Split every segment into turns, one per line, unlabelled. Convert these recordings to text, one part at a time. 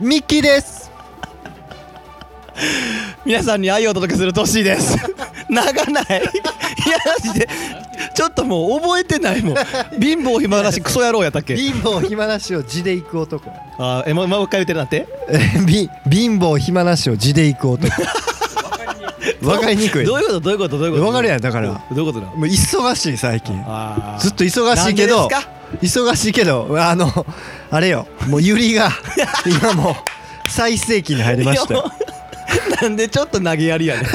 ミッキーです
皆さんに愛をお届けするトッシーです 長ないいやマジでちょっともう覚えてないもん貧乏暇だしクソ野郎やったっけ
貧乏暇なしを字で行く 男
あーえもうもう一回言ってるなんて
び貧乏暇なしを字で行く男 わかりにくい
どういうことどういうことどういうこと
わかるやんだから
どうどういうことなの
もう忙しい最近
あー
ずっと忙しいけ
なん
ど
でですか
忙しいけどあのあれよもうユリ が今もう最盛期に入りました
いや
よ
もうなんでちょっと投げや りやねん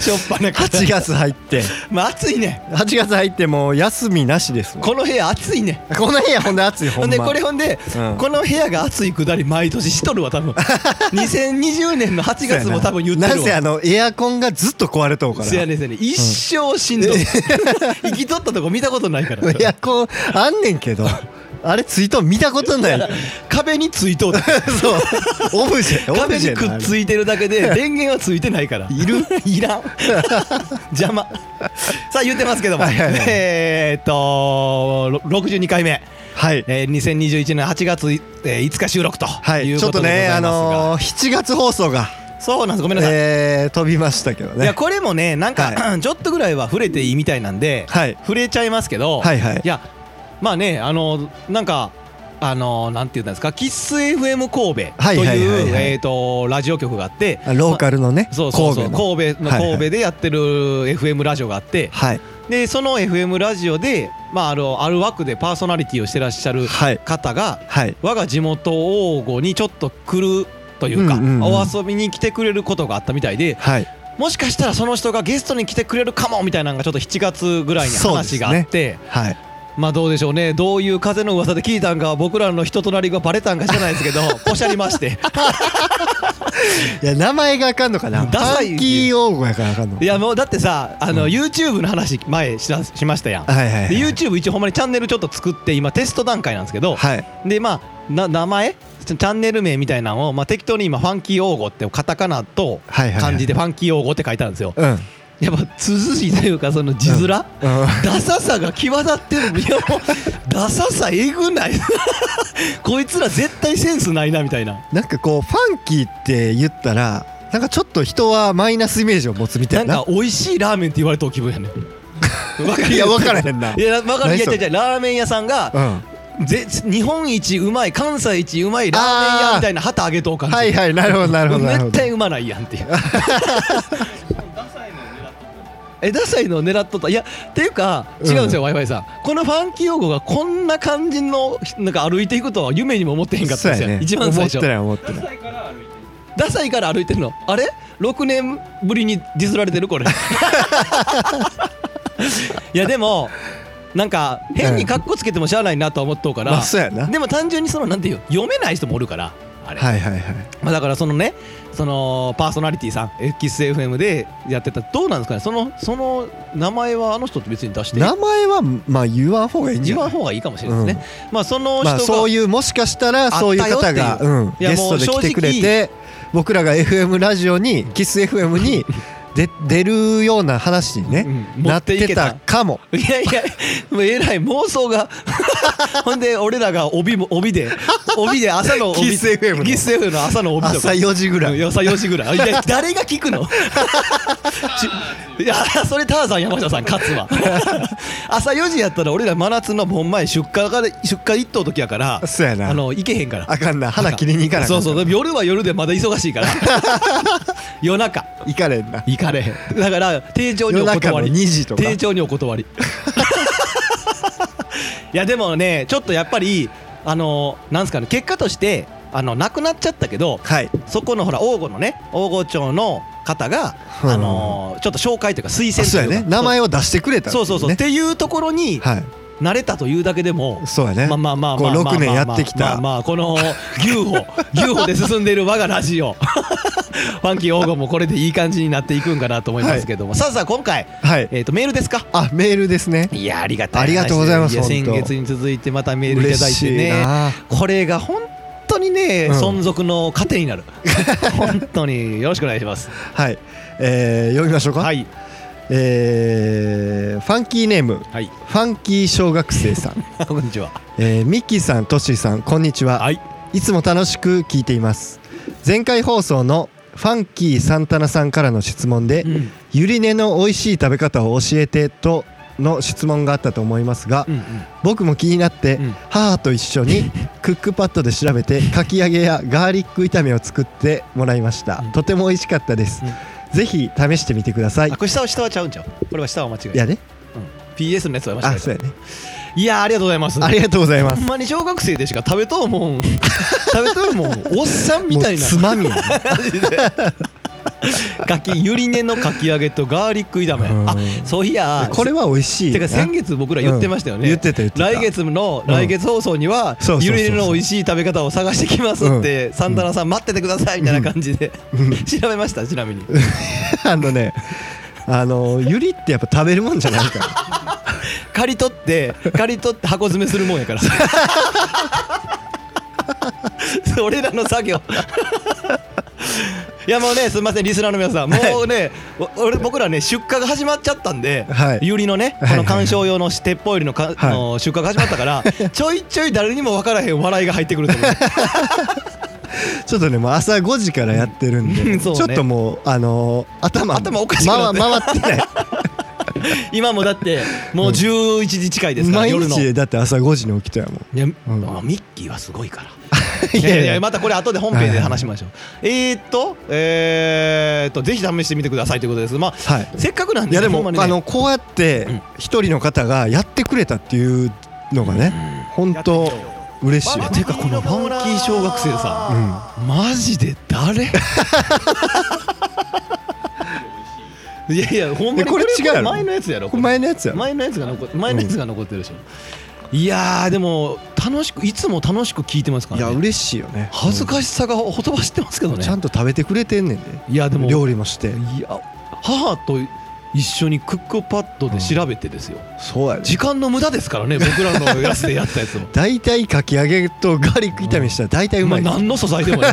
しょっぱなから
8月入 って
まあ暑いね
8月入ってもう休みなしですわ
この部屋暑いね
この部屋ほんで暑いほ
ほ
ん
ん
ま
でこれほんで、
うん
この部屋が暑いくだり毎年しとるわ 多分2020年の8月も多分言ってるわ
なんせあのエアコンがずっと壊れとうから
せやねんせやねん一生しんどい 生きとったとこ見たことないから
エアコンあんねんけどあれツイート見たことない
壁についとうた
そうオブジェオブ
壁
ジェ
に
な
くっついてるだ けで電源はついてないからいるいらん邪魔さあ言ってますけども
はいはいはい
えーっとろ62回目
はい
えー2021年8月いえー5日収録と
はい
いう
ちょ
こ
っと
とでござ
ねあ
いますが
のー、7月放送が、
そうなんですごめんなさい
えー、飛びましたけど
い
ね
やこれもねなんか、 ちょっとぐらいは触れていいみたいなんで、
はい
触れちゃいますけど、
はいはい
やまあねあのなんかあのなんて言うんですかキッス FM 神戸
は
と
い
いう、
はいはいはい
えー、とラジオ局があって
あローカルのね、
そうそうそう
神戸の
神戸の
はいはい
神戸でやってる FM ラジオがあって、
はい
でその FM ラジオで、まあ、あのある枠でパーソナリティをしてらっしゃる
はい
方が
はい
我が地元王吾にちょっと来るというか、
うんうんうん
お遊びに来てくれることがあったみたいで、
はい
もしかしたらその人がゲストに来てくれるかもみたいなのがちょっと7月ぐらいに話があって、
はい
まあどうでしょうねどういう風の噂で聞いたんか僕らの人となりがバレたんか知らないです けどおしゃりまして
いや名前があかんのかなフ
ダサい
ァンキー王語やからあかんの
いやもうだってさあの、
うん
YouTube の話前しなしましたやん、
はいはいはい
で YouTube 一応ほんまにチャンネルちょっと作って今テスト段階なんですけど、
はい
でまあな名前チャンネル名みたいなのを、まあ、適当に今「ファンキー用語」ってカタカナと
はいはいはい
漢字で「ファンキー用語」って書いてあるんですよ、
うんうん
やっぱ涼しいというかその字面、ダサさが際立ってるいやもうダサさえぐない こいつら絶対センスないなみたいな
なんかこうファンキーって言ったらなんかちょっと人はマイナスイメージを持つみた
ないん
な
か美味しいラーメンって言われた気分やねわか
いや分からへんない
や分かる
何
いや
それ
いやいやラーメン屋さんが
う、ん
ぜ日本一うまい関西一うまいラーメン屋みたいな旗あげとう感じ
はいはいなるほどなるほどなるほ
絶
ど
対うまないやんっていう えダサいのを狙っとったいやっていうか違うんですよ、w i f i さんこのファンキー用語がこんな感じのなんか歩いていくとは夢にも思ってへんかったんですよ、一番最
思
初
ってない思ってない
ダサいから歩いてるのあれ6年ぶりにディスられて るこれいやでもなんか変にカッコつけてもしゃあないなとは思っとうから、
まあそうやな
でも単純にそのなんていう読めない人もおるからあれ、
はいはいはい
まあ、だからそのねそのパーソナリティさん XFM でやってたどうなんですかねそのその名前はあの人って別に出して
名前はまあ言わん方がいいんじ
言
ゃない
わん方がいいかもしれないですね、まあその人が、
まあそういうもしかしたらそういう方
あ
が
ったよっていう
うん
いや
ゲストで
も
来
う
てくれて僕らが FM ラジオにキス FM にで出るような話にね
うん持
なっ
ってい
て
けた
たかも
いやいや、もうえらい妄想が。 ほんで、俺らが帯も、帯で、帯で朝の帯。
キス FM の
キス FM の朝の帯と
朝
か。
4時ぐらい
よさ4時ぐらい。い や誰が聞くのち いや、それターザン山下さん勝つわ。 朝4時やったら俺ら真夏の盆前出荷が、出荷一頭時やから、
そうやな
あの、行けへんから。
あかんな花切りに行かなあか
そ
ん
うそう、夜は夜でまだ忙しいから。 夜中。
行かれんな
行かれへんだから丁重にお
夜中
断
の
り
2時とか
丁重にお断り いやでもねちょっとやっぱりあのなんすかね結果としてあのなくなっちゃったけど
はい
そこのほら王吾のね王吾町の方が、
うん
あのーちょっと紹介というか推
あ
薦と
そう
い
や
うか
ね名前を出してくれたってい
そうそうそう、
ね
っていうところに
はい
慣れたというだけでも、
そうやね
まあまあまあ
こ
ま
う
あまあ
6年やってき
まあま
た
あまあこの牛歩牛歩で進んでいる我がラジ オファンキー黄金もこれでいい感じになっていくんかなと思いますけども、さあさあ今回、
はい
えー、とメールですか
あメールですね
いやありがたい話
ありがとうございます
や先
本当
月に続いてまたメールいただい
嬉
て
しい
ね
な
これが本当にね、
うん
存続の糧になる本当によろしくお願いします
はいえー読みましょうか
い
えーファンキーネームフ
はい
ァンキー小学生さん
こんにちは
えーミッキーさんトッシーさんこんにちは
はい
いつも楽しく聞いています前回放送のファンキーサンタナさんからの質問で、
うん
ゆり根の美味しい食べ方を教えてとの質問があったと思いますが、
うんうん
僕も気になって、
うん
母と一緒 にクックパッドで調べてかき揚げやガーリック炒めを作ってもらいました、
うん
とても美味しかったです、ぜひ試してみてください
あこれ下は下はちゃうんちゃうこれは下は間違え
い
た
やね
PS のやつは間違
あ
え
そ
た
うやね
いやありがとうございます
ありがとうございま
ほ
す
んまに小学生でしか食べとうもん食べとうもんおっさ んみたい
もう
な
つまみやね
かきゆり根のかき揚げとガーリック炒め
うん
あそういや
これは美味しい
てか先
月
月僕ら言ってましたよね、
言ってた言ってた
来月の
うん
来月放送には
そうそうそう
ゆ
そう
り根の美味しい食べ方を探してきますって、サンタナさん待っててくださいみたいな感じで、 調べましたちなみに
あのねあのゆりってやっぱ食べるもんじゃないから
刈り取って刈り取って箱詰めするもんやから 俺らの作業いやもうねすみませんリスナーの皆さんもうね、お俺僕らね出荷が始まっちゃったんで、
はい
ユリのね
は
こ
いは
の
い
観賞用のステッポイルのか、
はい
の出荷が始まったからちょいちょい誰にも分からへん笑いが入ってくると思う
ちょっとねもう朝5時からやってるんで、
うんそうね
ちょっともうあのー頭
頭おかしくなって
回回ってない
今もだってもう11時近いですから、
毎
夜の
日だって朝5時に起きたやもん
いや、
ん
あミッキーはすごいから
い
いやいや
や
またこれ後で本編で話しましょう。えーっと、えーっと、ぜひ試してみてくださいということです。まあ、
はい
せっかくなん
い
で、
やで
ほ
も、
んまにね
あのこうやって
うん
一人の方がやってくれたっていうのがね、本当嬉しい
いやてかこのファンキー小学生さ、マジで 誰いやいや、ほんまに
えこれ違うやろ
前のやつやろ。
これ前のやつやろ
前のやつが残っ前のやつが残ってるでしょ。いやー、でも、楽しく、いつも楽しく聞いてますか
い
ら、
や
ね。
嬉しいよね
恥ずかしさがほとばしってますけ
う
ど
ん
ね
ち。ゃんと食べてくれてんねんで
いや、でも。
料理もして
いや母と一緒にクックパッドで調べてですよ、
そうやね
時間の無駄ですからね僕らのやつでやったやつも
大体かき揚げとガーリック炒めしたら大体 う
ま
ま
あ
い
何の素材で もね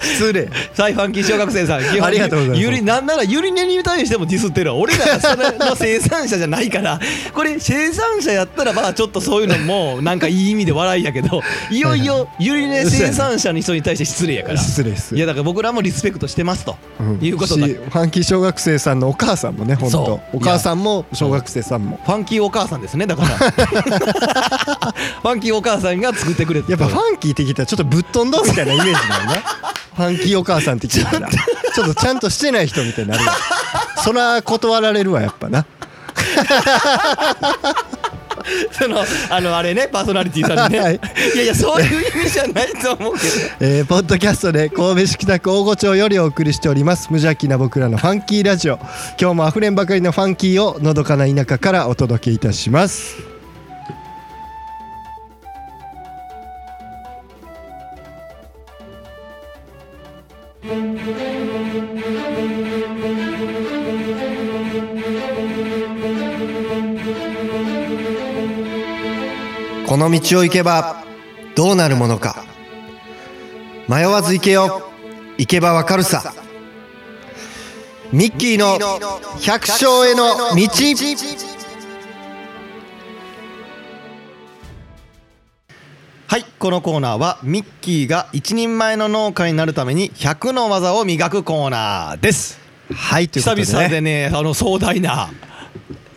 失礼
サイファンキー小学生さん基
ありがとうございます
ゆりなんならゆり根に対してもディスってるわ俺らそれの生産者じゃないからこれ生産者やったらまあちょっとそういうのもなんかいい意味で笑いやけ どいよいよゆり根生産者の人に対して失礼やから
失礼です
いやだから僕らもリスペクトしてますと
うん
いうことだ
しファンキー小学生さんのお母さんもね本
そ
当お
う
母さんも小学生さんも
ファンキーお母さんですね だからファンキーお母さんが作ってくれて
やっぱファンキーって聞いたらちょっとぶっ飛んだみたいなイメージな のねファンキーお母さんって聞いたらちょっとちゃんとしてない人みたいになるわそら断られるわやっぱな
そのあのあれねパーソナリティ さんにね、
はい
い、やいやそういう意味じゃないと思うけ
えーポッドキャストで神戸市北区大御町よりお送りしております無邪気な僕らのファンキーラジオ今日もあふれんばかりのファンキーをのどかな田舎からお届けいたします
この道を行けばどうなるものか迷わず行けよ行けばわかるさミッキーの百姓への道
はいこのコーナーはミッキーが一人前の農家になるために100の技を磨くコーナーです
はいということ
久
で、ね、
々でねあの壮大な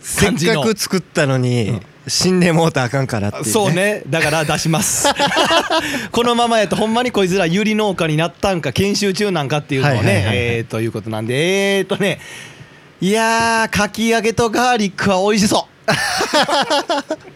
せ
感
っ
じの
かく作ったのに死んでもうたらあかんからっていう、ね、
そうねだから出しますこのままやとほんまにこいつら有利農家になったんか研修中なんかっていうのをね、
はいはいはいはい
えーということなんでえーとねいやーかき揚げとガーリックは美味しそう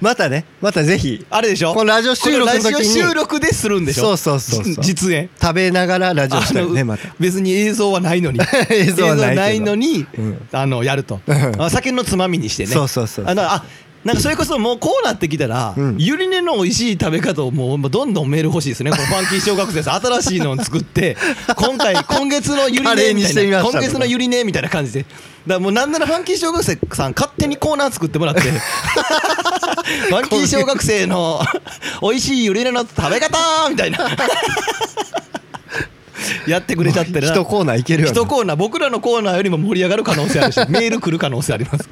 またね
またぜひ
あれでしょ
このラジオ収録の時に
こラジオ収録でするんでしょ
そうそうそうそう
じ実演
食べながらラジオしたよね
あの
また
別に映像はないのに
映像はないけど
のに、
うん
あのやると
うん
あ酒のつまみにしてね
そうそうそう
あのあなんかそれこそもうこうなってきたら、
うん
ゆり根の美味しい食べ方をもうどんどんメール欲しい ですねこのファンキー小学生さん新しいのを作って今回今月のゆり
あれ
根
に
みた
し
い
てみ
な
ました
今月のゆり根みたいな感じでだからもうなんならファンキー小学生さん勝手にコーナー作っても らってファンキー小学生の美味しいゆり根の食べ方みたいなやってくれちゃってるな
一コーナーいけるよな
一コーナー僕らのコーナーよりも盛り上がる可能性 あるしメール来る可能性あります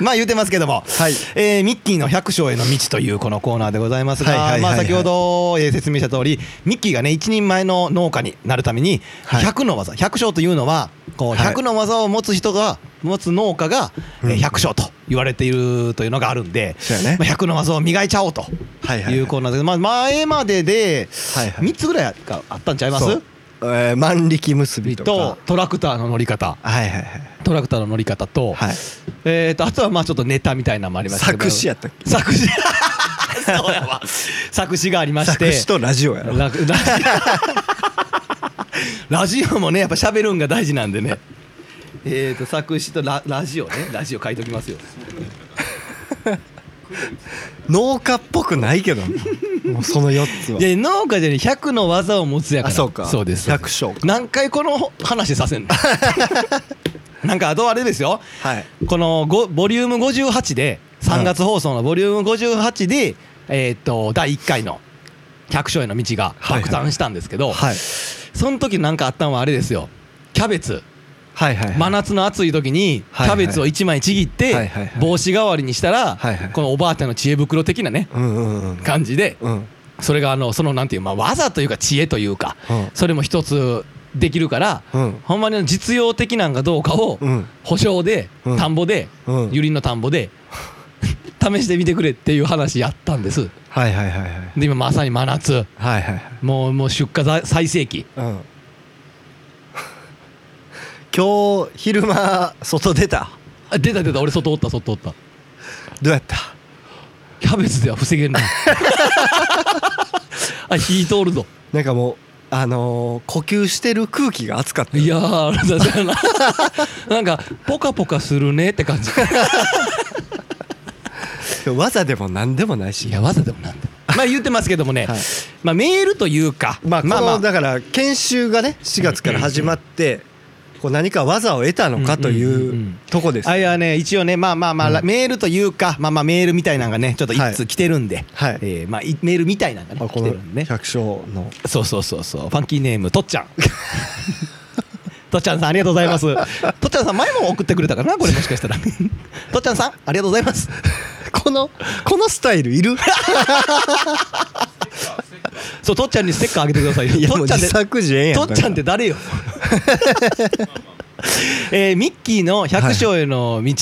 まあ言うてますけども、
はい
えーミッキーの百姓への道というこのコーナーでございますが、
はいはいはいはい
まあ、先ほど、えー説明した通りミッキーがね一人前の農家になるために
はい
100の技百姓というのはこう
はい
100の技を持つ人が持つ農家が、えー百姓と言われているというのがあるんで、
そうやね
まあ、100の技を磨いちゃおうと
はいはい
いうコーナーですけど、まあ、前までで
はいはい
3つぐらいがあったんちゃいます、
そうえー万力結びと
と
か
トラクターの乗り方
はいはいはい
トラクターの乗り方と、
はい
えー、とあとはまあちょっとネタみたいなのもありましたけど
作詞やったっけ
作詞そうやわ作詞がありまして
作詞とラジオやろ
ラララジオもねやっぱ喋るんが大事なんでねえーと作詞とララジオねラジオ書いときますよ
農家っぽくない けどもうその4つはい
や農家じゃね100の技を持つやから
あそうか
そうです
百姓か
何回この話さ せんのなんかあとあれですよ
はい
このごボリューム58で3月放送のボリューム58で、えーっと第1回の「百姓への道」が
はいはい
爆誕したんですけど、
はい
その時なんかあったのはあれですよキャベツ
はいはい
真夏の暑い時にキ
はい
ャ
はい
ベツを1枚ちぎ
は
っ
い
て
はいはい
帽子代わりにしたら
はいはい
このおばあちゃんの知恵袋的なね
うんうんうん
感じで
うん
それがあのそのなんていうまあ技というか知恵というか
うん
それも一つできるから
うん
ほんまに実用的なんかどうかを
うん
保証で、
うん
田んぼで、
うん
ゆりの田んぼで 試してみてくれっていう話やったんです
はいはいはいはい
で今まさに真夏
はいはいはい
もうもう出荷ざ最盛期
うん今日昼間外出た
あ出た出た俺外おった外おった
どうやった
キャベツでは防げんない あ火通るぞ
なんかもうあのー呼吸してる空気が暑かったよ
いやーあれだそうやな なんかポカポカするねって感じ
技でも何でもないし
いやわざでもなんでもまあ言ってますけどもね、
はい
まあメールというか
まあこ
まあま
の
あ
だから研修がね4月から始まってこう何か技を得たのかとい
んうんうんう
うんとこです
あいやね一応ねまあまあまあ、
うん
メールというかまあまあメールみたいなのがねちょっと
はい
一通来てるんで、
はい
えーまあいメールみたいなのが
あ
ね
こ
来て
の
るんでね
百姓の
そうそうそうそうファンキーネームとっ ちゃんとっちゃんさんありがとうございますとっちゃんさん前も送ってくれたかなこれもしかした らとっちゃんさんありがとうございます
このこのスタイルいる
そうとっちゃんにステッカーあげてくださいよ
いやも
と
う
っちゃん
自
で
作自演や
とっちゃんって誰よ えーミッキーの百姓への道、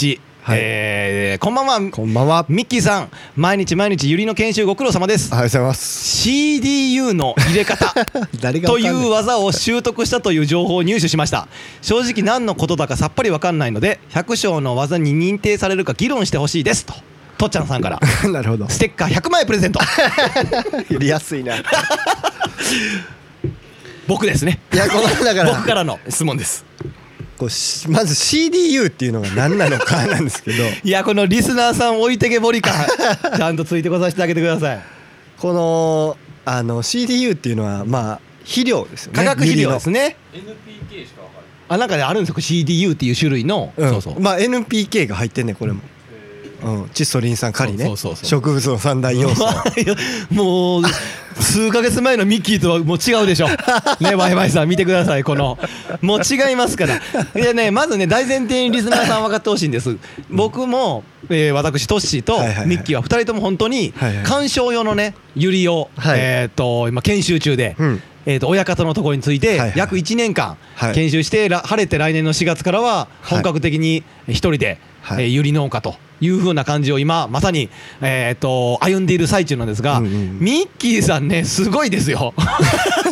はい
えーこんばんは
こんばんはあり
ミッキーさん毎日毎日ゆりの研修ご苦労様です
がとうございます
CDU の入 れ方
誰が
と
わかん
い
ねん
う技を習得したという情報を入手しました正直何のことだかさっぱりわかんないので百姓の技に認定されるか議論してほしいですととっちゃんさん から
なるほど
ステッカー100枚プレゼント
やりやすいない
僕ですね
やこのだから
僕からの質問です
こうしまず CDU っていうのが何なのかなんです けど
いやこのリスナーさん置いてけぼ り感ちゃんとついてこさせてあげてください
このあの CDU っていうのはまあ肥料ですよね
化学肥料です
ね
ね NPK しか分かるあなんかねあるんですよ CDU っていう種類の、そうそう
まあ NPK が入ってんねこれもうん窒素リン酸カリね
そうそうそうそう
植物の三大要素
いや もう数ヶ月前のミッキーとはもう違 うでしょねワイワイさん見てくださいこのもう違いますからいやねまずね大前提にリスナーさん分かってほしいんです僕も、えー私トッシーと
はいはいはい
ミッキーは2人とも本当に
はいはい
鑑賞用のねユリを、
はい
えっ、と今研修中で、
うん
えー、と親方のところについ
はいは
て
い
約1年間
はい
研修して、ら晴れて来年の4月からは本格的に一人で、
はい
えー、ユリ農家という風な感じを今まさに、えー、と歩んでいる最中なんですが、
うんうん
ミッキーさんねすごいですよ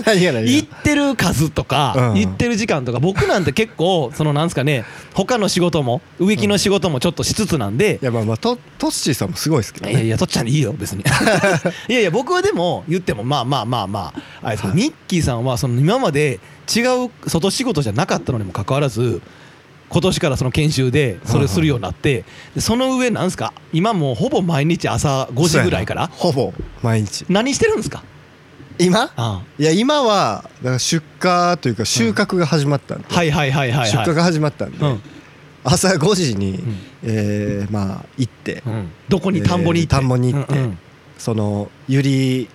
何やら
行ってる数とか、
うん
行ってる時間とか僕なんて結構そのなんですかね他の仕事も植木の仕事もちょっとしつつなんで、
いやまあまあトトッシーさんもすごいですけど
いや
ね
いや、とっちゃんいいよ、別に。 いやいや、僕はでも、言っても、まあまあまあまあ、あれですけど、ニッキーさんは、その今まで違う外仕事じゃなかったのにもかかわらず、今年からその研修でそれするようになって、でその上、なんですか、今もうほぼ毎日朝5時ぐらいから、
ほぼ毎日
何してるんですか
今
あ
いや今はだから出荷というか収穫が始まったんで、
あはいはいはいはい、
出
はい。
荷が始まったんで、
うん
朝5時に、
ん
えーまあ行って、
うん、どこに田んぼに行って、
えー田んぼに行って
うんうん
そのユリ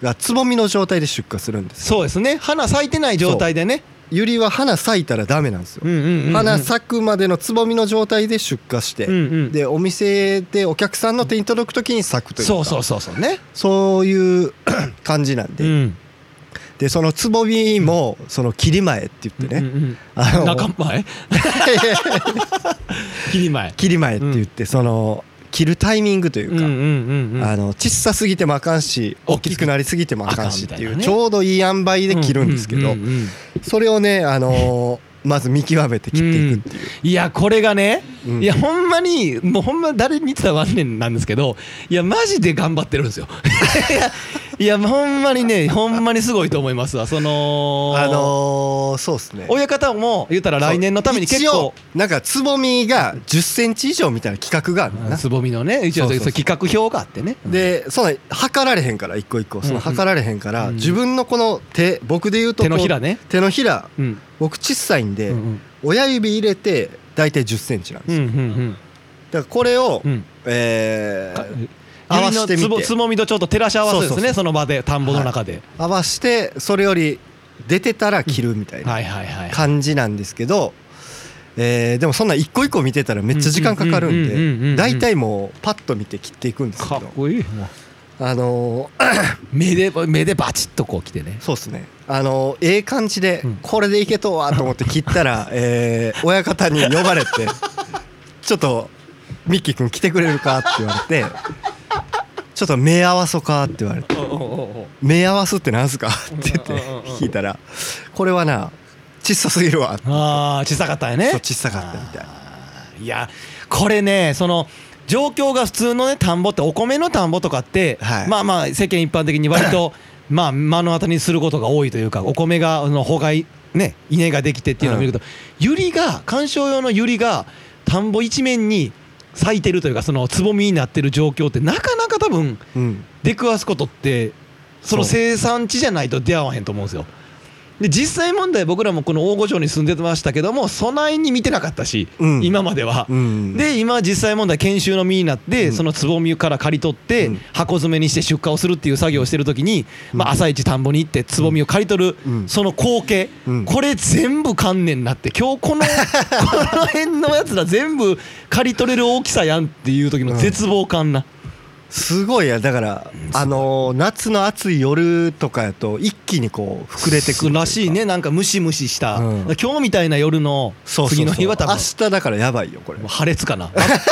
がつぼみの状態で出荷するんですよ
そうですね花咲いてない状態でね
ユリは花咲いたらダメなんですよ、
うんうんうんうん
花咲くまでのつぼみの状態で出荷して、
うんうん
でお店でお客さんの手に届く時に咲くというか
そうそうそうそうね
そういう 感じなんで、
うん
でそのつぼみもその切り前って言ってね、
うんうん
あ
うん、
の
仲間へ切り 前
切り前って言って、その切るタイミングというか、
んうん
あの小さすぎてもあかんし
大
大
きく
きくなりすぎてもあかんしってい
あ
う
かんみたいなね
ちょうどいい塩梅で切るんですけど、
うううんうん
それをね、あのーまず見極めて切っていくっていう、
いやこれがね、
うん
いやほんまにもうほんま誰に伝わんねんなんですけどいやマジで頑張ってるんですよ いやいやほんまにねほんまにすごいと思いますわその
あのー、そうですね
親方も言ったら来年のために結
一
構
応なんかつぼみが1 0ンチ以上みたいな企画があるんだな
つぼみのね一応
そ
そうう
そうそう
企画表があってね
でその測られへんから一個一個その測られへんか
うん
ら
うん
自分のこの手僕で言うとこう
手のひらね
手のひら
うん
僕小さいんで
うんうん
親指入れて大体1 0ンチなんで
う
す
ん
よ
うん
だからこれを
うん
え
か
ー
合
合
わ
わ
せ
せ
て
て
み
み
て
て
つぼつぼみとちょっと照らし合わせです
そ
ねそう
そうそ
の場で田んぼの中で、
合わしてそれより出てたら切るみたいな
はい、はいはいはい
感じなんですけどえーでもそんな一個一個見てたらめっちゃ時間かかる
うんうんうんうんうん
んで大体もうパッと見て切っていくんですけ
かっ
ど
こいい
あのー
目で目でバチッとこう来てね
そうですねあのーええ感じで
うん
これでいけとはと思って切った らえー親方に呼ばれてちょっとミッキー君来てくれるかって言われてちょっと目合わそかって言われて
おうおうおうおう
目合わすってなんすかって言って
うんうんうんうん
聞いたらこれはな小さすぎるわ
ああ小さかったよね
そう小さかったみたいな。
いやこれねその状況が普通のね田んぼってお米の田んぼとかって、
はい
まあまあ世間一般的に割 とまあ目の当たりにすることが多いというかお米があの穂がいね稲ができてっていうのを見るけど、ユリが観賞用のユリが田んぼ一面に咲いてるというかそのつぼみになってる状況ってなかなか多分
うん
出くわすことってその
そう
生産地じゃないと出会わへんと思うんですよで実際問題僕らもこの大御所に住んでましたけども備えに見てなかったし、
うん
今までは、
うん
で今実際問題研修の身になって、
うん
そのつぼみから刈り取って、
うん
箱詰めにして出荷をするっていう作業をしてる時に、まあ、朝一田んぼに行ってつぼみを刈り取る、
うん
その光景、
うん
これ全部観念になって今 日このこの辺のやつら全部刈り取れる大きさやんっていう時の絶望感な、
すごいやだから、あのー夏の暑い夜とかやと一気にこう膨れてくるというから
しいねなんかムシムシした、
うん
今日みたいな夜の
そうそうそ
次
う
の日は多分
明日だからやばいよこれ
もう破裂かな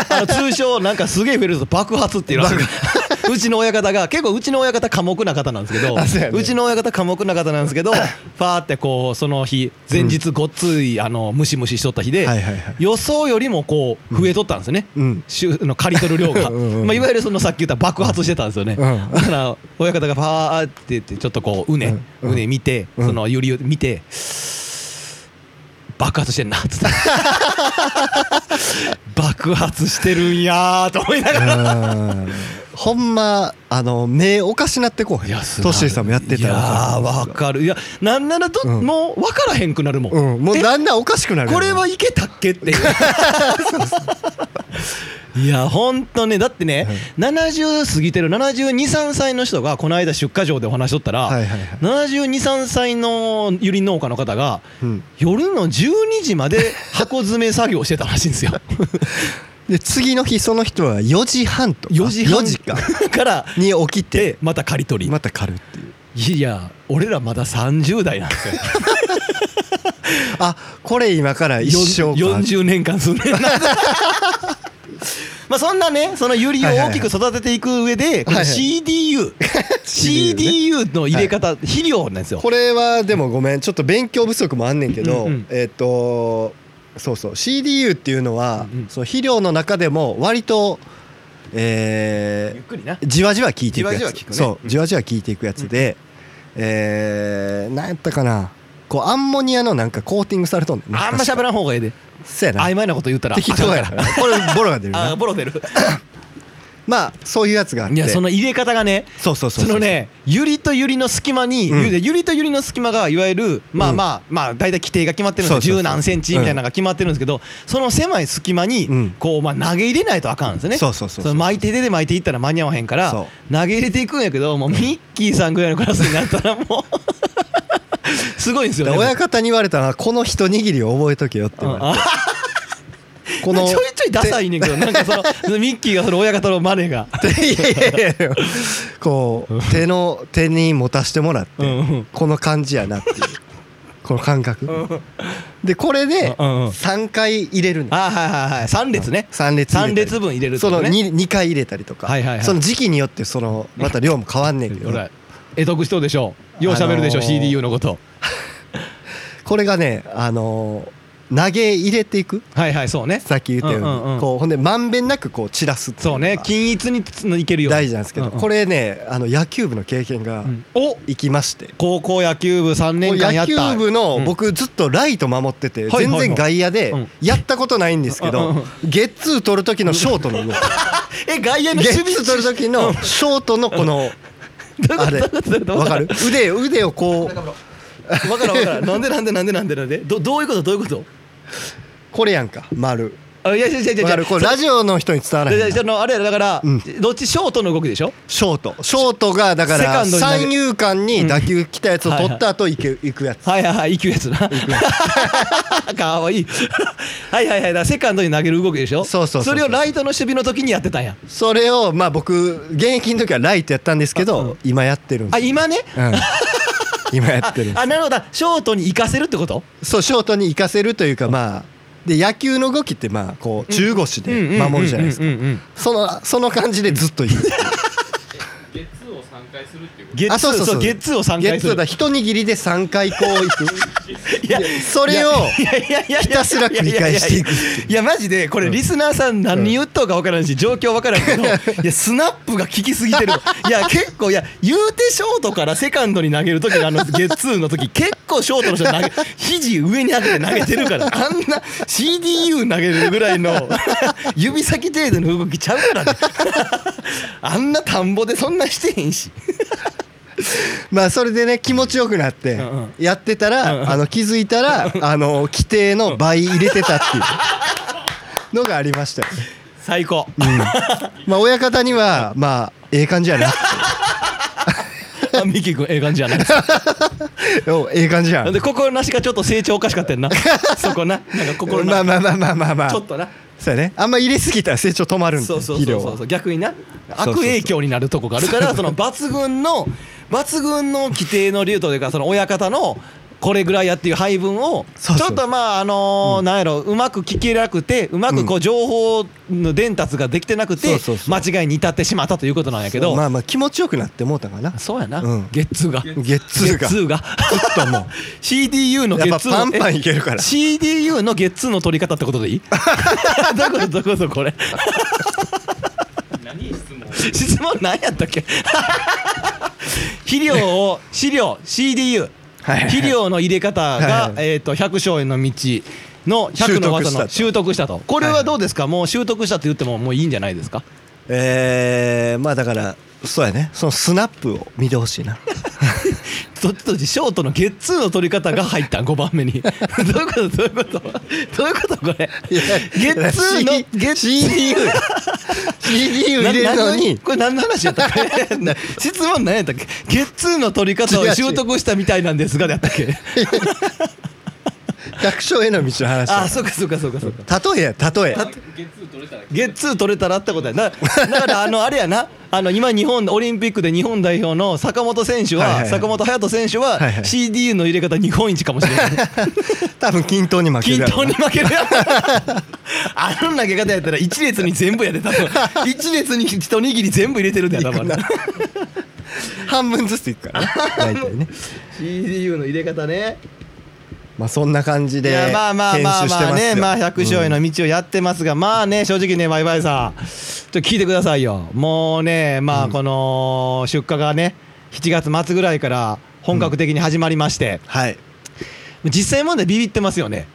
あの通称なんかすげえフェルト爆発っていうらしい うちの親方が結構うちの親方寡黙な方なんですけど
あそうやね
うちの親方寡黙な方なん ですけどファーってこうその日前日ごっついあのムシムシしとった日で
はいはいはい
予想よりもこう増えとったんですよね、
うん
しゅの刈り取る量が
うんうんうん
まあ、いわゆるそのさっき言った爆発してたんですよね、
うん
だから親方がパーって言ってちょっとこううね、う
うん
ね見て、
うん
そのゆりを見て爆発してんなっ つって爆発してるんやーと思いながら
うんほんまあの目おかしなってこうへんトッシーさんもやってた
い
ら
やー
わ
わかるいやなんならど、
うん
もう分からへんくなるもん、
うんもう
え
だんだんおかしくなるよ
こ
ね
れはいけたっけっていういやほんとねだってね、70過ぎてる723歳の人がこの間出荷場でお話しとったら、
はいはいはい
723歳のゆり農家の方が
うん
夜の12時まで箱詰め作業してたらしい んですよ
で次の日その人は4時半とか
4時
4
半
時か
から
に起きて
でまた刈り取り、
また狩るっていう
いや俺らまだ30代なんですよ
あこれ今から一生か
40年間住んでるな まあそんなねそのユリを
はいはい
大
はい
きく育てていく上でこの
はいはい
CDU CDU の入れ方肥料なんですよ
これはでもごめんちょっと勉強不足もあんねんけど、
うんうん
えっ、とそうそう CDU っていうのは、
うんうん
その肥料の中でも割とえ
ゆっくりな
ーじわじわ効いていくやつ
じわじわ効くね
そうじわじわ効いていくやつで、えー、なんやったかなこうアンモニアのなんかコーティングされとんね
あんま喋らん方がええで
そうやな
曖昧なこと言ったら
適当やなこれボロが出る
あ
な
ボロ出る
まあそういうやつがあって
いやその入れ方がね
そうそうそう
そのねユリとユリの隙間に
うん
ゆでユリとユリの隙間がいわゆるまあ
うん
まあまあ大体規定が決まってるん
そ
で
う
す
そう
よ
そう
十何センチみたいなのが決まってるんですけどその狭い隙間
う
に
ん
こうまあ投げ入れないとあかんんですよね
そうそうそう
の巻いて手で巻いていったら間に合わへんから
そ
投げ入れていくんやけどもうミッキーさんぐらいのクラスになったらも うすごいんですよ
だ
ね
から親方に言われたらこの一握りを覚えとけよって言われて
あ
この
ちょいちょい ダサいねんけどなんかそのそのミッキーがその親方のマネが
いやいやいやこう手の手に持たしてもらって、
うんうん
この感じやなっていうこの感覚、でこれで
うんうん
3回入れるの
あはいはいはい3列ね
3列入れたり
三列分入れるって
そ
こと
の
ね
2, 二回入れたりとか、
はいはいはい
その時期によってそのまた量も変わんねんけど
ほら得得しとうでしょうようしゃべるでしょ、
あのー
CDU のこと
これがねあのー投げ入れていく
はいはいそうね
さっき言ったように、
うんうんうん
こうほんでまんべんなくこう散らすってい
そう
のが
ね均一についけるように
大事なんですけど、
うんうん
これねあの野球部の経験が
うんお
生きまして、
高校野球部3年間や
野
った
球部の僕ずっとライト守ってて全然外野で
うん
やったことないんですけ
うんうんうん
どゲッツー取る時のショート の動き
え外野の
ゲ
守
ッ
備
ツー取る時 のショートのこの
どう
あ
い
れ
うことどういうこと
わかる腕腕をこう
わからんわからんなんでなんでなんでなんでなんでどどういうことどういうこ
これやんか丸
とあいやいやいやいや
わ
いや
かるこれラジオの人に伝わら
いや
ないい
やあのあれやだから、
うん
どっちショートの動きでしょ
ショートショートがだか
セカ
ら
ンドに投げ
三遊間に打球来たやつを取った後行く行くやつ
はいはいはい行くやつな かわいいはいはいはいだからセカンドに投げる動きでしょ
そうそうそうそう
れをライトの守備の時にやってたんや
それをまあ僕現役の時はライトやったんですけ
うん
ど今やってるんで
あ
す
今ね
うん 今やってるんです
あなるほどショートに行かせるってこと
そうショートに行かせるというかまあで野球の動きってまあこう中腰で守るじゃないですか
か
そのその感じでずっと行く
ゲッ
あ
ツ
そうそうそ
ー
う
ゲッツーを3回す
ゲッツー
る
だ一握りで3回こう行
いや
くそれを
ひ
ひたすら繰り返していく
いやマジでこれリスナーさん何言っとうか分からんし状況分からんけどいやスナップが効きすぎてるわいや結構いや言うてショートからセカンドに投げる時のあのゲッツーの時結構ショートの人投げ肘上に上げて投げてるからあんな CDU 投げるぐらいの指先程度の動きちゃうからねあんな田んぼでそんなんしてへんし
まあそれでね気持ちよくなって
んうん
やってた
うんうん
らあの気づいたらあの規定の倍入れてたっていうのがありましたよ
最高
まあ親方にはまあええ感じや な
あミキ君ええ感じやな
おええ感じやん
で心なしかちょっと成長おかし かったんなそこななんか心
まあ
な
まあまあまあまあまあ
ちょっとな
そうやねあんま入れすぎたら成長止まるんで
そうそうそう
肥料
そう
は
そう逆にな
そうそう
悪影響になるとこがあ るからその抜群の抜群の規定の流というかその親方のこれぐらいやっていう配分をち
そうそう
ょっとまああのーなんやろうまく聞けなくてうまくこう情報の伝達ができてなくて
そうそうそ
間違いに至ってしまったということなんやけど
まあまあ気持ちよくなってもうたかな
そうやな
うん
ゲッツーが
ゲッツーが
ゲ
ずっ
ッが
ともう
CDU のゲッツーの
やっぱパンパンいけるから
え CDU のゲッツーの取り方ってこ とでいいどういうことどういうことこれ質問何やったっけ肥料を飼料 CDU
はいはい
肥料の入れ方
はい
が
はい
えーと百姓への道の100の技の習
習
得したとこれ
はいは
はいどうですかもう習得したって言ってももういいんじゃないですか
えー、まあだからそうやねそのスナップを見てほしい な
どっちどっちショートのゲッツーの取り方が入ったん5番目 にどういうことどういうことどういうことこれゲッツー の
C-
ゲッツー
CDU CDU 入れるの に
これ何の話やったっ けな質問何やったっけ ゲッツーの取り方を習得したみたいなんですがでやったっけ
百姓への道の話
あ
だ
あそうかそうかそうかそうか
例えや例え
ゲッツー取れたらってことやなだからあのあれやなあの今日本オリンピックで日本代表の坂本選手は,、
はいはいはい
坂本隼人選手は
はいはい
CDU の入れ方日本一かもしれない
多分均等に負ける
均
やろ
等に負けるやんあの投げ方やったら一列に全部やで 多分一列に一握り全部入れてるで多分
半分ずついくからね 大体ね
CDU の入れ方ね
まあそんな感じ
い
で
やまあまあ
研
まあ
修して
まあ
ます
ね
よ
まあ百姓への道をやってますがまあね正直ねバイバイさんちょっと聞いてくださいよもうねまあこの出荷がね7月末ぐらいから本格的に始まりまして
はい
実際問題ビビってますよね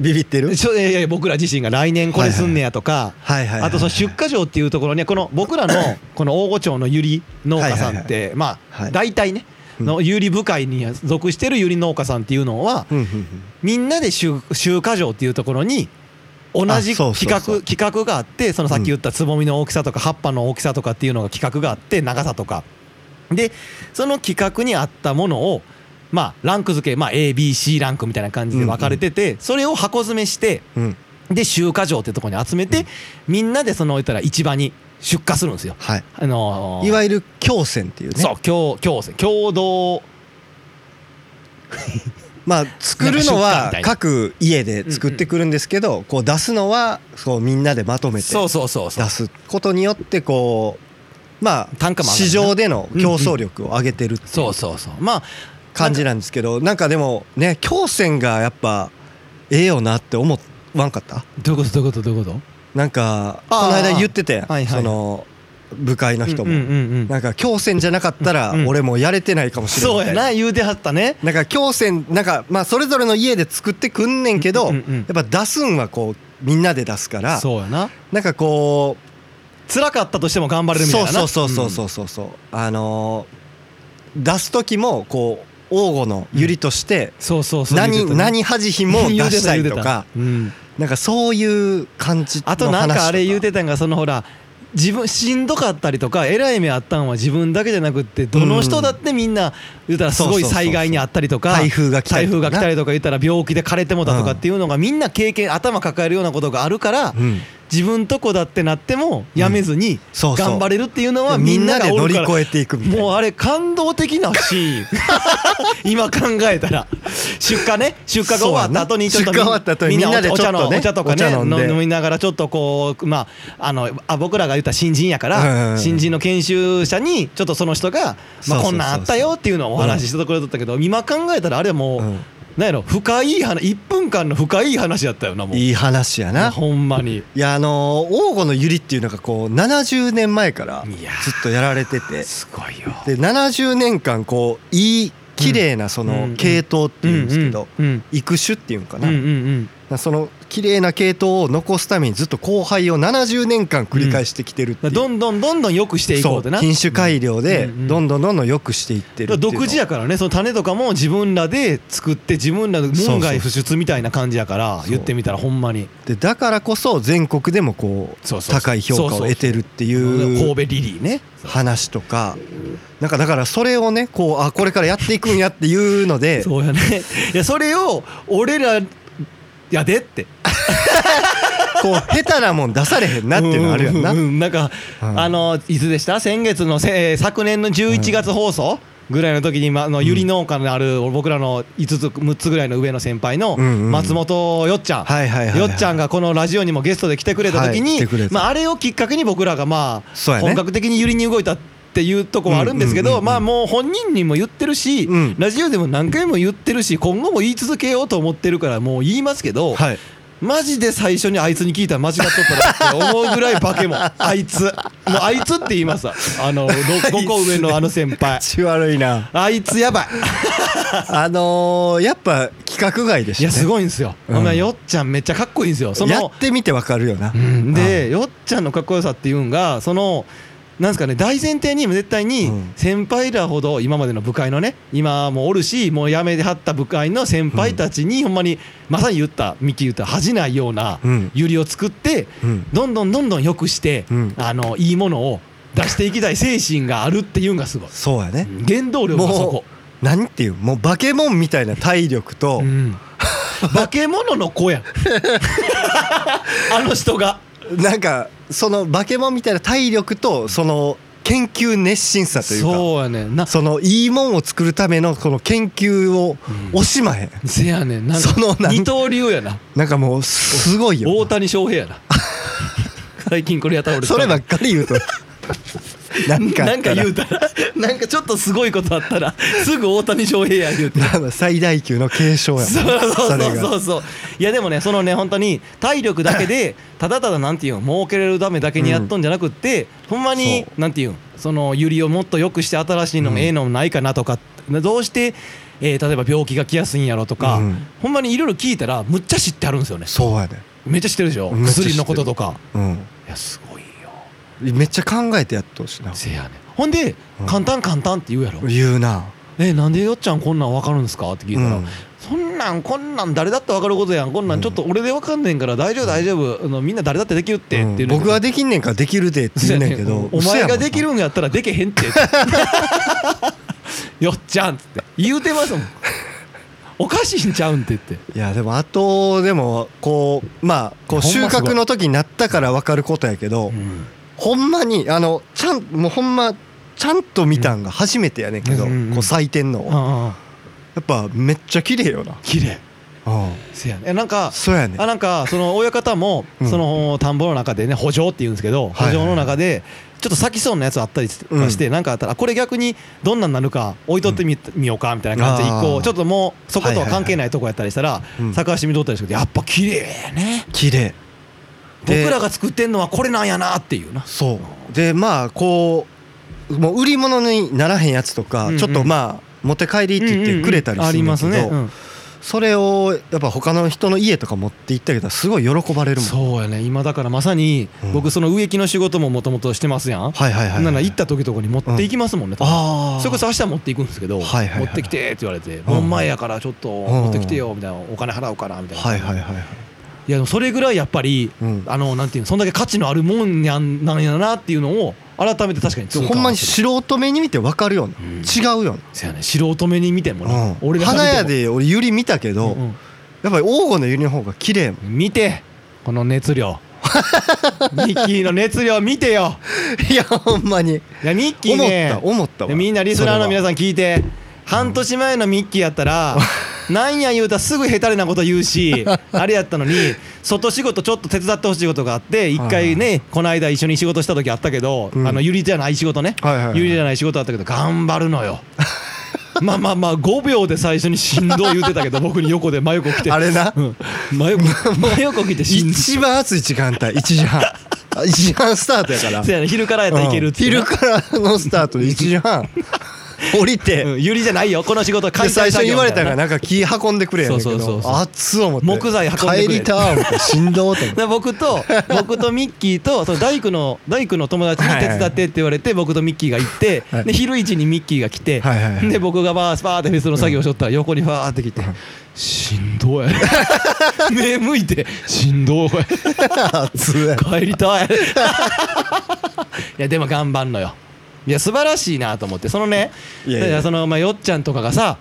ビビってる
ちょいやいや僕ら自身が来年これすんねやとか
はいはいはい
あとその出荷場っていうところねこの 僕らのこの大御町のゆり農家さんっ
は
てま
は
あ
い
大体ね
うん
の有利部会に属してるゆり農家さんっていうのは
うんうんうん
みんなで集集荷場っていうところに同じ
あそうそう
企画
そう
企画があってそのさっき言ったつぼみの大きさとか葉っぱの大きさとかっていうのが企画があって長さとかでその企画に合ったものをまあランク付け、まあ、ABC ランクみたいな感じで分かれてて、それを箱詰めして
うん
で集荷場ってとこに集めて、みんなでその言ったら市場に出荷するんですよ。
はい
あのー
いわゆる共戦っていうね
そう共共生共同
まあ作るの
なんか出荷み
は
たいな
各家で作ってくるんですけどこう出すのはそうみんなでまとめて
そう
出
そうそうそう
すことによってこうま
単価
あ
も上がるな
市場での競争力を上げてるっていう
そうそうそうまあ
感じなんですけどなんかでもね共戦がやっぱええよなって思わんかった
どういうことどういうことどういうこと
なんかこ
あー
の間言ってたやん、
はいはい
その部会の人も、
うんうんうん
なんか共戦じゃなかったら
うんうん
俺もやれてないかもしれない
そうやな言うてはったね
なんか共戦なんかまあそれぞれの家で作ってくんねんけど、
うんうんうん
やっぱ出すんはこうみんなで出すから
そうやな
なんかこ
辛かったとしても頑張
う
れるみたい
そう
な
そうそうそうそううそうそうあのー出す時もこう王吾のゆりとして
そうそうそう
何、何恥ひもを出
言うて
した
言
いう
て
とか
うん
なんかそういう感じの話とか
あとなんかあれ言うてたんがそのほら自分しんどかったりとかえらい目あったんは自分だけじゃなくってどの人だってみんな言うたらすごい災害にあったりとか
台風が来たり
台
とかな
風が来たりとか言ったら病気で枯れてもだとかっていうのがみんな経験頭抱えるようなことがあるから
うん
自分とこだってなってもやめずに
そうそう
頑張れるっていうのはみ
み
ん
ん
な
な
が
で乗
おる
り
か
越
ら
えていくみたいな
もうあれ感動的なシー ン今考えたら出荷ね出荷が終わった後にちょっと
そうやな出荷終わった後にみんなで
お茶の
ちょっとね
お茶とかね
お茶飲んで
飲みながらちょっとこうまああのあ僕らが言ったら新人やか
うんうんう
ら
ん
新人の研修者にちょっとその人が
そうそうそ
まあ
う
こんなんあったよっていうのをお話ししたところだったけど今考えたらあれもう
うん
なんやろ深い話1分間の深い話やったよなもう
いい話やな
ほんまに
いやあのー王吾のゆりっていうのがこう70年前からず
いやー
っとやられてて
すごいよ
で70年間こういい綺麗なそ
うんうん
の系統っていうんですけど
うんうん
育種っていうんか
うんう
なん
うん
その綺麗な系統を残すためにずっと後輩を70年間繰り返してきてるって
だから
い
ど
うん
どんどんどん良くしていこう
そ
って
う
な
品種改良で
うんうんうん
どんどんどんどん良くしていってるっていうの
独自やからねその種とかも自分らで作って自分らの門外不出みたいな感じやから
そう
言ってみたらほんまに
でだからこそ全国でもこう
そうそうそう
高い評価を得てるっていう
神戸リリーね
話とかなんかだからそれをねこうあこれからやっていくんやっていうので
そうやねいやそれを俺らやでって
こう下手なもん出されへんなっていうのあるやんな
うんうんうんなんか、
うん
あのいつでした先月のせ、えー昨年の11月放送ぐらいの時に、ま、あのゆり農家のある僕らの5つ6つぐらいの上の先輩の
うんうん
松本よっちゃん、
はいはいはいはい
よっちゃんがこのラジオにもゲストで来てくれた時
はい
に、
来てくれた
まあ、あれをきっかけに僕らがま
そう
あ
やね
本格的にゆりに動いたっていうとこはあるんですけ
うんうんう
ど
んうん
まあもう本人にも言ってるし、
うん
ラジオでも何回も言ってるし今後も言い続けようと思ってるからもう言いますけど、
はい
マジで最初にあいつに聞いたら間違っとったなって思うぐらい化け物あいつもうあいつって言いますわ あの5個上のあの先輩
口悪いな
あいつやばい
あのー、やっぱ規格外で
いや
し
す
たね
ごいんですよ、
うん
お前よっちゃんめっちゃかっこいいんですよそ
や
の
ってみてわかるよな
うんでよっちゃんのかっこよさっていうんがそのなんですかね大前提に絶対に
うん
先輩らほど今までの部会のね今もおるしもう辞めてはった部会の先輩たちにほんまにまさに言ったミキ言った恥じないような
うん
ユリを作って
うん
どんどんどんどん良くして
うん
あのいいものを出していきたい精神があるっていうんがすごい
そうやね
原動力がそこ
もう何ていうもう化け物みたいな体力と、
うん化け物の子やん あの人が
なんかその化け物みたいな体力とその研究熱心さというか
そうやねんな
そのいいもんを作るためのこの研究を惜しまへん、
せやねんなんか
そのなんか
二刀流やな
なんかもうすごいよ
大谷翔平 やな最近これやったら俺
そればっかり言う となんかあ
な
っ
んか
たら
言うたらなんかちょっとすごいことあったらすぐ大谷翔平や言うて
なんか最大級の継承やもん
そうそ
れ
うそう
が
そうそういやでもねそのね本当に体力だけで ただただなんていうの儲けれるためだけにやっとんじゃなくって、ほんまに
そ
なんていうんそのユリをもっと良くして新しいのもええのもないかなとか、どうして、えー例えば病気が来やすいんやろとか、
うん
ほんまにいろいろ聞いたらむっちゃ知ってあるんですよね
そうやね
めっちゃ知ってるでしょ
めっちゃ知ってる
薬のこととか
うん
いやすごいよ
めっちゃ考えてやっとうしな
せやねほんで
うん
簡単簡単って言うやろ
言うな
えなんでよっちゃんこんなん分かるんですかって聞いたら、
うん
そんなんこんなん誰だって分かることやんこんなんちょっと俺で分かんねんから大丈夫大丈夫あのみんな誰だってできるって、って
う
い
ん
うね
僕はできんねんからできるでって言うね んけど
お
嘘や
前
もんな
ができるんやったらでけへんって よっちゃんっつって言うて ますもんおかしいんちゃうんって言って
いやでもあとでもこうまあこう
いや
収
ほんますごい
穫の時になったから分かることやけど、ほんまにあのちゃんもうほんまちゃんと見たんが初めてやねんけど、
うんうんうん
こう咲いてんのを、や
ああ
っぱめっちゃ綺麗よな、
綺麗
うん、
せやねえなんか
そうやね
あなんかその親方も
うん
その田んぼの中でね補助って言うんですけ
は
ど
い
補
はい
助の中でちょっと咲きそうなやつあったりとかしてなんかあったらあこれ逆にどんなんなるか置いとってみみようかみたいな感じで一
あ
個
ー
ちょっともうそこと
はい
は
はいはい
関係ないとこやったりしたら
うん
咲かしてみとったりしてやっぱ綺麗やね
綺麗
僕
で
らが作ってんのはこれなんやなっていうな
そうでまあこうもう売り物にならへんやつとか、
うんうん
ちょっとまあ持って帰りって言ってくれたり
うんうんうんあ
する
り
んだけ
ます
ど、
ねうん
それをやっぱ他の人の家とか持って行ったけどすごい喜ばれるもん
そうやね今だからまさに
うん
僕その植木の仕事ももともとしてますやん
はいはいはい、はい、
なら行った時とかに持っていきますもんね多分
ああ
それこそ明日持っていくんですけど、
はいはいはい
持ってきてって言われて、もう前やからちょっと持ってきてよみたいな、お金払うからみたいな、
はいはいはいはい
いやでもそれぐらいやっぱり、
うん
あのなんていうのそんだけ価値のあるもんやんなんやなっていうのを改めて確かに痛感
ほんまに素人目に見て分かるような、
うん
違うよ
せやね素人目に見ても
うな
な、、
うん、
俺らが見
花
ても
屋で俺ユリ見たけど、
うんうん
やっぱり黄金のユリの方が綺麗や もん
見てこの 熱量ミッキーの熱量見てよ
いやほんまに
いやミッキー
思っ
ね
た思ったわ
みんなリスナーの皆
さ
さん聞いて半年前のミッキーやっ たらなんや言うたらすぐへたれなこと言うしあれやったのに外仕事ちょっと手伝ってほしいことがあって一回ねこの間一緒に仕事した時あったけど
うん
あのゆりじゃない仕事ね
はいはいはい
ゆりじゃない仕事あったけど頑張る のよまあまあまあ5秒で最初にしんどい言うてたけど僕に横で真横来て
あれな
うん真 横真横来てしんどい
一番暑い時間帯1時 半1時半スタートやから
せやね昼からやったらいけるっ
うん
つってな
昼からのスタートで1時 半降りて、
うんゆりじゃないよこの仕
で
事解
最
体
初
作業
言われたんが
みい
なんか木運んでくれやねんけど
そうそうそうそう
熱思って
木材運んでくれ
帰りたー思ってしんどーと思っ
だから僕と 僕とミッキーとその大工の大工の友達に手伝ってって言われて僕とミッキーが行って
はい
で昼一にミッキーが来て
はいはいはい
で僕がバースパーってフェスの作業しとったら横にファーって来て「しんど い」目向いて「しんどい」
て熱い
帰り たいいやでも頑張んのよいや素晴らしいなと思ってそのね
いやいや
だからそのまあよっちゃんとかがさ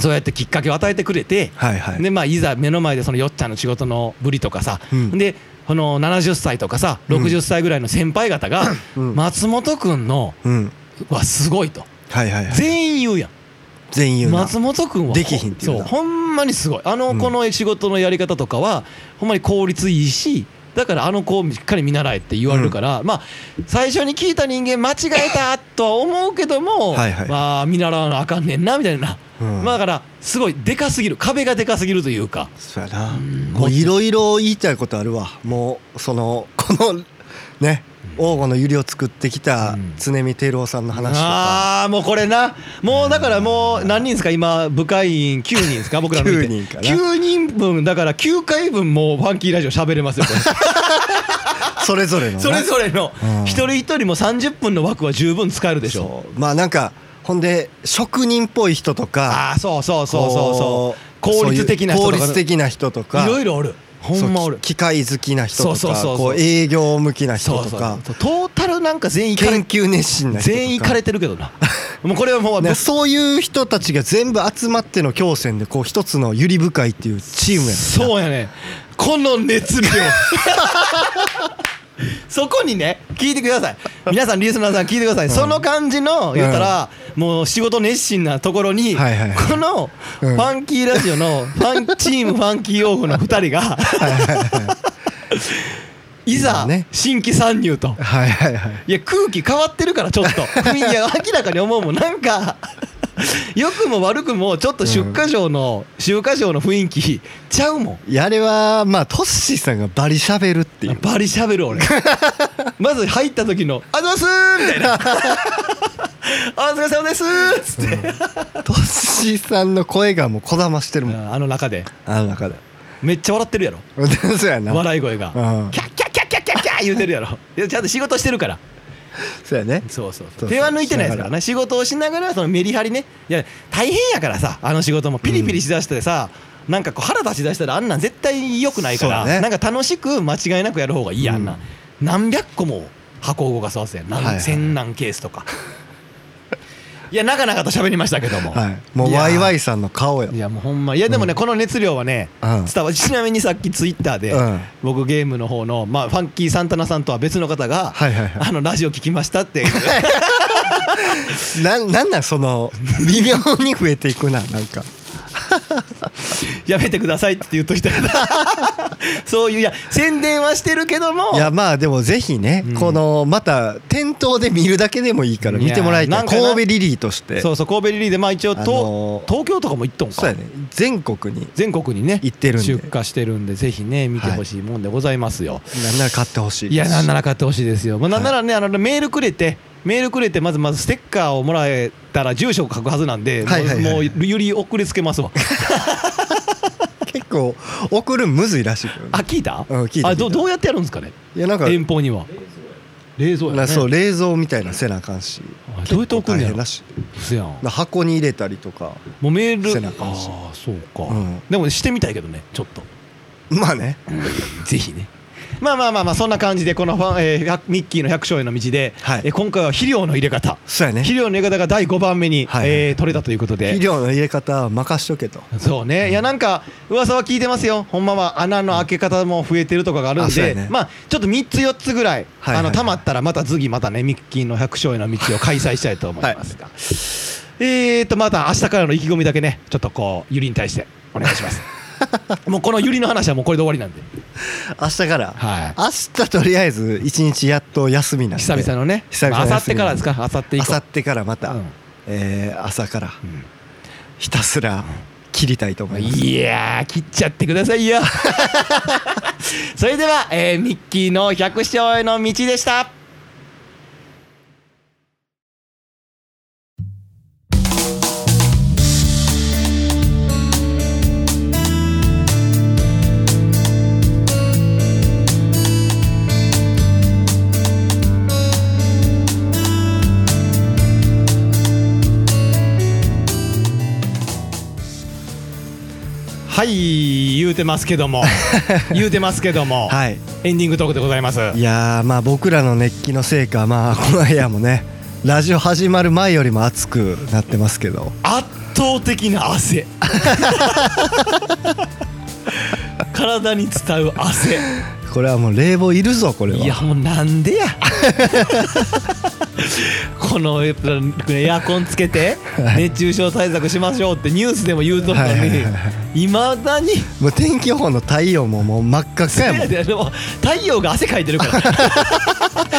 そうやってきっかけを与えてくれて、
はいはい
でまあいざ目の前でそのよっちゃんの仕事のぶりとかさ、
うん
でこの70歳とかさ60歳ぐらいの先輩方が、
うん
松本君の
うん
はすごいと
はいはいはい
全員言うやん
全員言うな
松本君は
できひんっていう
そう
な
ほんまにすごいあの
うん
子の仕事のやり方とかはほんまに効率いいしだからあの子をしっかり見習えって言われるから、まあ最初に聞いた人間間違えたとは思うけども
はいはい
まあ見習わなあかんねんなみたいな、
うん
まあだからすごいでかすぎる壁がでかすぎるというか
そうやなもういろいろ言いたいことあるわもうそのこのね黄金の百合を作ってきた
うん
常見哲郎さんの話とか
ああもうこれなもうだからもう何人ですか今部会員9人ですか僕ら見て
9人かな
9人分だから9回分もうファンキーラジオ喋れますよこれ
それぞれのな
それぞれの
うん
一人一人も30分の枠は十分使えるでしょ
そうまあなんかほんで職人っぽい人とか
ああそうそうそうそうそう
こ
効率的な人と
そう
か
いう効率的な人とか
いろいろおるほんまお
そう
る
機械好きな人とか
そうそうそうそう
こう営業向きな人とか
そうトータルなんか全員いか
研
れ
究熱心な人とか
全員いかれてるけどなもうこれはもう
ねそういう人たちが全部集まっての共戦でこう一つのゆり深いっていうチームやねんな
そうやねこの熱量 そこにね聞いてください皆さんリスナーさん聞いてください、その感じの言ったら、もう仕事熱心なところに、
はいはいはい
このフ
うん
ァンキーラジオのファンチームファンキーオフの2人がいざ
ね
新規参入と。
はいはいはい
いや空気変わってるからちょっといや明らかに思うもんなんか良くも悪くもちょっと出荷場の集荷場の雰囲気ちゃうもん
いやあれはまあトッシーさんがバリしゃべるっていう
バリしゃべ る俺まず入った時の「あざっす!」みた いな「あお疲れ様です!」つって、
トッシーさんの声がもうこだましてるもん
あの中で
あの中で
めっちゃ笑ってるやろ
そうやな
笑い声が
うん
キャッキャッキャッキャッキャッキャッ言うてるやろいやちゃんと仕事してるから
そうやね
そうそう
そう
手は抜いてないですからね仕事をしながらそのメリハリねいや大変やからさあの仕事もピリピリしだしてさ、なんかこう腹立ちだしたらあんなん絶対良くないから、
そうだね
なんか楽しく間違いなくやる方がいいやんな、何百個も箱を動かすわけやん何、
はいはい
千何ケースとかいやなかなかと喋りましたけども、
はいもうい
や
ワイワイさんの顔よ
いやもうほんまいやでもね、この熱量はね、
うん
伝わるちなみにさっきツイッターで、
うん
僕ゲームの方の、まあ、ファンキーサンタナさんとは別の方が、
はいはいはい
あのラジオ聞きましたって
ななんなんその微妙に増えていくななんか
やめてくださいって言っとい たらそういういや宣伝はしてるけども
いやまあでもぜひね、
うん
このまた店頭で見るだけでもいいから見てもらい
いや
た
ないんかな
神戸リリーとして
そうそう神戸リリーでまあ一応、と
あのー
東京とかも行っとんか
そうやね全国に
全国にね
行ってるんで
出荷してるんでぜひね見てほしいもんでございますよ、
なんなら買ってほしい
い、やなんなら買ってほしいですよ、まあ、なんならね、あのメールくれてメールくれてまずまずステッカーをもらえたら住所を書くはずなんで、
はいはいはい
もうもうより送りつ けますわ
結構送るんむずいらしいけどね
あ聞いた,、
うん聞いた
あど
聞いた
どうやってやるんですかね
いやなんか
遠方には冷蔵や
な
ね
そう冷蔵みたいなせなあかんし
あどうやって送るんや
結構大変
ろ
らし
そうやん
いな箱に入れたりとか
もうメー
せ
ル
なあかんし
ああそうか、
うん
でもしてみたいけどねちょっと
まあね
ぜひねまあまあまあまあそんな感じでこのファン、え ー百ミッキーの百姓への道で、
はい
えー今回は肥料の入れ方、
そうやね
肥料の入れ方が第5番目に、
はい
えー取れたということで
肥料の入れ方は任しとけと
そうね、いやなんか噂は聞いてますよほんまは穴の開け方も増えてるとかがあるん
あそう
で、
やね
まあちょっと3つ4つぐらい、
はいはい
あの溜まったらまた次またねミッキーの百姓への道を開催したいと思いますが、えーとまた明日からの意気込みだけねちょっとこうゆりに対してお願 いしますもうこのゆりの話はもうこれで終わりなんで
明日から、
はい
明日とりあえず一日やっと休みなんで
久々のね
久々
ま
の
あ明後
休
日
み
からですか明後日以
明
降
後日からまた、
うん
えー朝から、ひたすら切りたいと思います
いやー切っちゃってくだ さいよそれでは、えーミッキーの百姓への道でしたはい言うてますけ ども言うてますけども、
はい
エンディングトークでございます
いやーまあ僕らの熱気のせいかまあ この部屋もねラジオ始まる前よりも熱くなってますけど
圧倒的な 汗体に伝う汗
これはもう冷房いるぞこれはい
やもうなんでや このやっぱエアコンつけて熱中症対策しましょうってニュースでも言うとったの
はいは
に
いはい
いまだに
もう天気予報の太陽ももう真っ赤っかやもん
いやでも太陽が汗かいてるから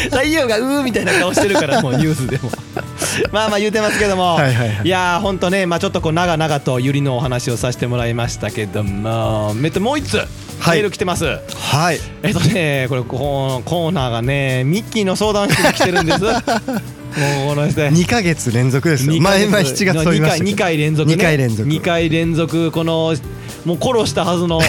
太陽がうーみたいな顔してるからも うニュースでもまあまあ言うてますけども、
はいはいはい
やーほんとね、まあ、ちょっとこう長々とゆりのお話をさせてもらいましたけどもめっともう一つ
はい
メール来てます、
はい
えっとねこれこうコーナーがねミッキーの相談室に来てる んですもうこの人
2ヶ月連続ですよ
二回
前
連
々7
続
月飛びましたけど
二回二回連続ね
二回連続
二回連続このもう殺したは ずの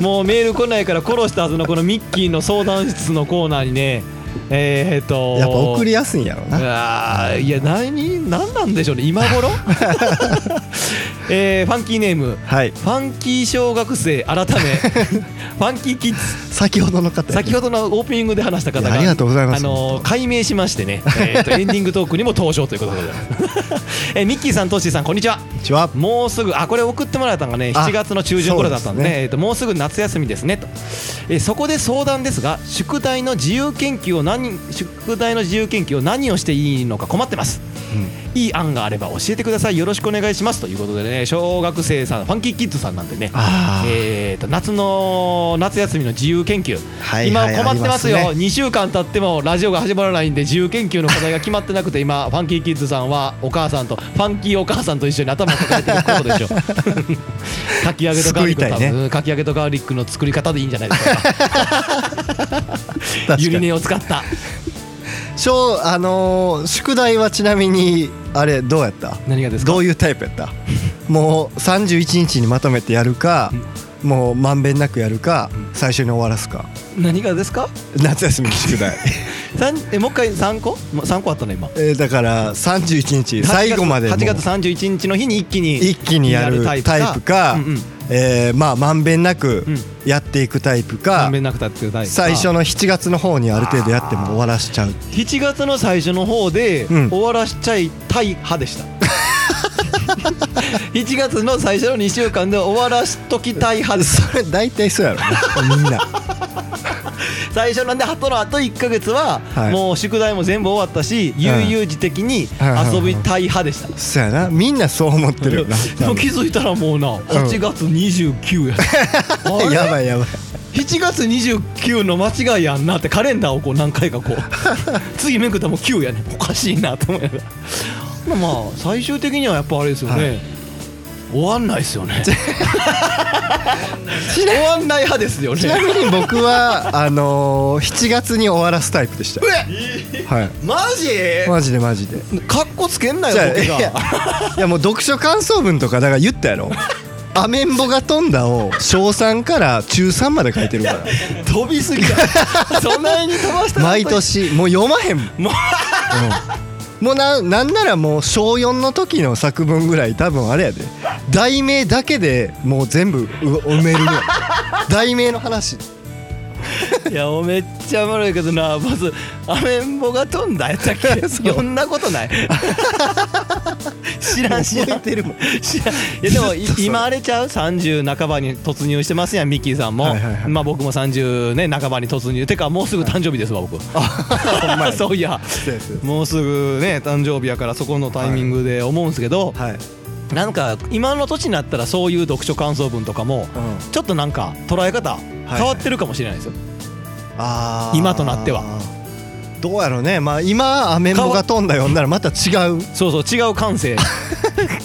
もうメール来ないから殺したはずのこのミッキーの相談室のコーナーにねえー、っと
やっぱ送りやすいんやろな
あーいや何何なんでしょうね今頃えーファンキーネーム
はい
ファンキー小学生 改めファンキーキッズ
先ほどの方
先ほどのオープニングで話した方
い
が
やありがとうございます
あのー解明しましてね、 えーとエンディングトークにも登場ということでご ざいます、えーミッキーさんトッシーさんこんにちは
こんにちは
もうすぐあこれ送ってもらったのがね
あ
7月の中旬頃だったんで,、
そう
ね
です
えーともうすぐ夏休みですねと、えーそこで相談ですが宿題の自由研究を何宿題の自由研究を何をしていいのか困ってます、いい案があれば教えてくださいよろしくお願いしますということでね小学生さんファンキーキッズさんなんでね
あー
えーと夏の夏休みの自由研究、
はいはい
今困ってます
あり
よ
ます
2週間経ってもラジオが始まらないんで自由研究の課題が決まってなくて今ファンキーキッズさんはお母さんとファンキーお母さんと一緒に頭を抱えてること でしょうかき揚げとガーリ
救い
ックの
たいね
うんかき揚げとガーリックの作り方でいいんじゃないですか
確かに
ゆり根を使った
小あのー宿題はちなみにあれどうやった
何がですか
どういうタイプやったもう31日にまとめてやるかもうまんべんなくやるか最初に終わらすか
何がですか
夏休みの宿題
三えもう一回3個もう3個あったの今
えーだから31日最後までもう
8月31日の日に一気に
一気にやるタイプか
うんうん
えーまあまんべんなく
うん
やっていくタイプ
ま
か
んべんなくたっていうタイプか
最初の7月の方にある程度やっても終わらしちゃう
7月の最初の方で
うん
終わらしちゃいたい派でした、1月の最初の2週間で終わらしときたい派です
それ大体そうやろなみんな
最初なんであとのあと1か月は
はい
もう宿題も全部終わったし、悠々自適に遊びたい派でした、
そうやなみんなそう思ってるよな
でも気づいたらもうな8月29や、 あれ
やばいやばい
7月29の間違いやんなってカレンダーをこう何回 かこう次めくったらもう9やねおかしいなと思いながら まあまあ最終的にはやっぱあれですよね、
はい
終わんないですよ ね終わんない派ですよね
ちなみに僕はあのー、7月に終わらすタイプでしたはい
マジ
マジでマジで
かっこつけんなよ
じゃあ
僕
いや
が
いやもう読書感想文とかだから言ったやろ「アメンボが飛んだ」を小3から中3まで書いてるから
飛びすぎだ そんなに飛ば したら
毎年もう読まへんもん
もう
もうななんならもう小4の時の作文ぐらい多分あれやで題名だけでもう全部う埋めるよ題名の話
いやもうめっちゃおもろいけどなまずアメンボが飛んだやった っけそんなことない知らん知らん
覚えてるもん
知らんいやでもい
ずっとそれ
今あれちゃう30半ばに突入してますやんミッキーさんも、
はいはいはい
まあ僕も30ね半ばに突入てかもうすぐ誕生日ですわ僕 そういや
そうです
もうすぐね誕生日やからそこのタイミングで思うんですけど、
はい、
なんか今の年になったらそういう読書感想文とかも
うん、
ちょっとなんか捉え方変わってるかもしれないですよ、
あー
今となっては
どうやろうねまあ今アメンボが飛んだ読んだらまた違う
そうそう違う感性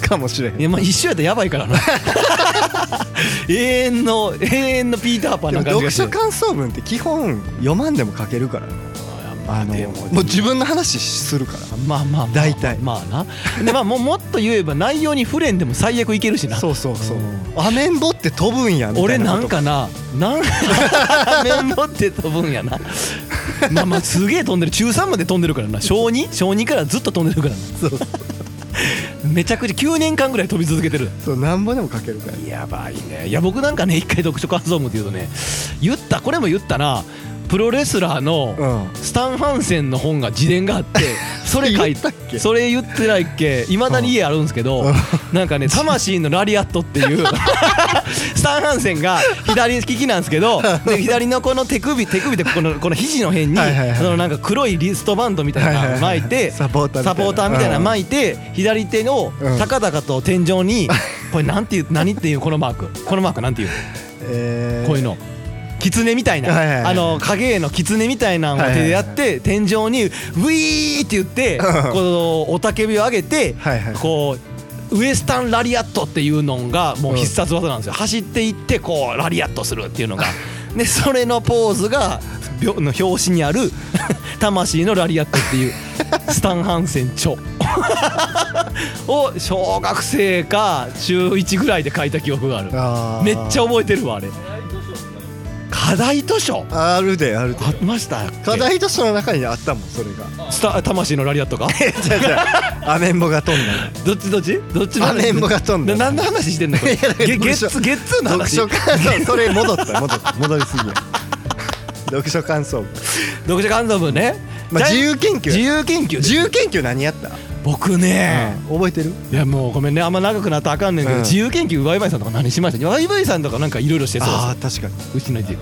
かもし れへん
いやまあ一緒やったらやば いからな永遠の永遠のピーターパン
で
な
も
感
読
じがして
書感想文って基本読まんでも書けるからあの
でも
もう自分の話するから
まあまあまあ
大体
まあなでまあもう もっと言えば内容に触れんでも最悪いける しな
そうそうそう
うん
アメンボって飛ぶんやみた
俺
いな
な
こと
んかなな んか面持って飛ぶんやなまあまあすげえ飛んでる中3まで飛んでるからな小 2? 小2からずっと飛んでるからなめちゃくちゃ9年間ぐらい飛び続けてる
そうなんぼでも書けるから
やばいねいや僕なんかね一回読書感想文って言うとね言ったこれも言ったなプロレスラーの
うん
スタン・ハンセンの本が自伝があ ってそれ書い
言ったっけ
それ言ってないっけいまだに家あるんですけどなんかね「魂のラリアット」っ ていうスタン・ハンセンが左利きなんですけ どで左のこの手首手首ってこのこの肘の辺に
はいはいはい
そのなんか黒いリストバンドみたいなのを巻いて
サポーターみたいな
サポーターみたいなの巻いて左手の
うん
高々と天井 にこれなんていう何っていうこのマークこのマークなんていう
えー
こういうの。狐みたい
はいはいは
な、
い
あの影絵の狐みたいなのを手でやって、天井にウィーって言って、
うん
この雄たけびを上げて
はいはい、
こうウエスタンラリアットっていうのがもう必殺技なんですよ。走っていってこうラリアットするっていう のが、でそれのポーズがびょの表紙にある 魂のラリアットっ ていうスタンハンセン著 を小学生か中1ぐらいで書いた記憶がある。
あー
めっちゃ覚えてるわあれ課題図書
あるであるで
ありましたっけ
課題図書の中にあったもんそれが
スタ魂のラリアットが
じゃあじゃアメンボが飛んだ
どっちどっちどっちの
ア
話
メンボが飛んだ
な何の話してんのこれ
いやだから
ゲゲッ
読
ツ
書
ゲッツーの
読
話
書
読
感想それ戻った戻った戻りすぎや読書感想文、
書感想文ね、
まあ、
じゃ
自由研究
自由研究
自由研究何やった、
僕ね、
覚えてる
いやもうごめんねあんま長くなったらあかんねんけど、
うん
自由研究ワイワイさんとか何しましたワイワイさんとかなんかいろいろしてそう
ああ確かに
うちの家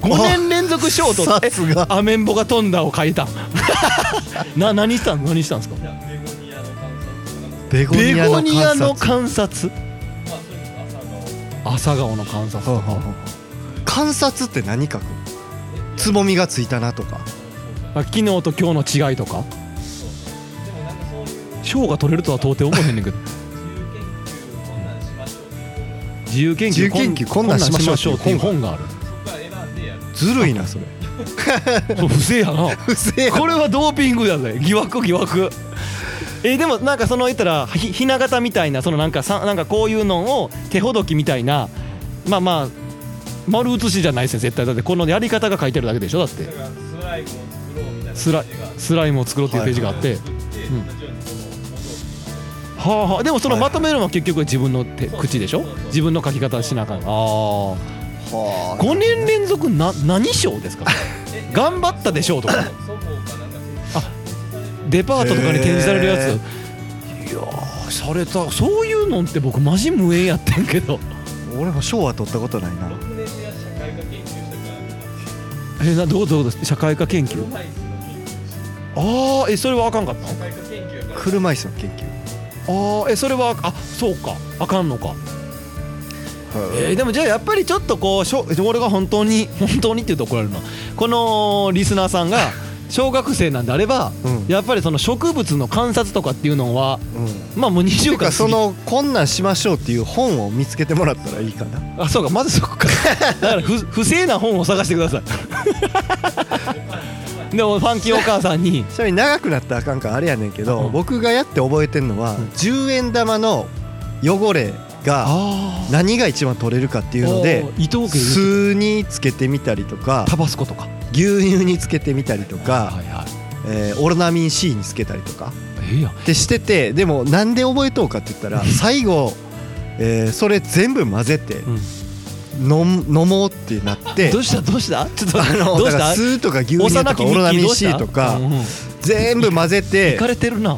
5年連続ショート
さすが
えアメンボが飛んだを書いたん な何したん何したんですか
ベゴ
ベゴ
観察
ニアの観察朝顔の観察
ほう
と
ほうほ
か
う観察って何書くつぼみがついたなとか
あ昨日と今日の違いとか賞が取れるとは到底思えへんねんけど自由研
自
究
由研究こんなんしましょう
こんなんしましょうっていう本がある
ずるいなそれ
そう不正やな
うせえ
これはドーピングやぜ 疑惑疑惑えーでもなんかその言ったらひひな形みたいなそのなんかさなんかこういうのを手ほどきみたいなまあまあ丸写しじゃないですよ絶対だってこのやり方が書いてるだけでしょだってスラスライムを作ろうっていうページがあって、うんはあはあでもそのまとめるのは結局自分の手口でしょ自分の書き方しなあかんああ
は
5年連続な何賞です か頑張ったでしょうとかあデパートとかに展示されるやつ、
へ
いやーされたそういうのって僕マジ無縁やってんけど
あ俺も賞は取ったことないな
えなどうどうです社会科研究ああえそれはあかんかったの
車椅子の研究
ああえそれはあそうかあかんのかえーでもじゃあやっぱりちょっとこうしょ俺が本当に本当にって言うと怒られるなこのリスナーさん が小学生なんであれば、
うん
やっぱりその植物の観察とかっていうのは
うん
まあもう20
て
回
か
過
そ
ぎ
の「こんなんしましょう」っていう本を見つけてもらったらいいかな
あそうかまずそ こからだから不不正な本を探してください でもファンキーお母さんに
ちなみに長くなったらあかんからあれやねんけど、
うん
僕がやって覚えてんのは、
ん
10円玉の汚れが
ああ
何が一番取れるかっていうので
伊藤家いる
酢につけてみたりとか
タバスコとか
牛乳につけてみたりとか、
はいはい
えーオロナミン C につけたりとか
ええやん
ってしててでもなんで覚えとうかって言ったら最後、えーそれ全部混ぜて
うん
飲む飲もうってなって
どうしたどうしたちょっと
あの
どう
だ
し
から
た
酢とか牛乳と
幼
か
き
オ
ミ
ロ
ッ
ナ
キー
ミン
どうした
C とか
うんうん
全部混ぜ
い
て
かれてるな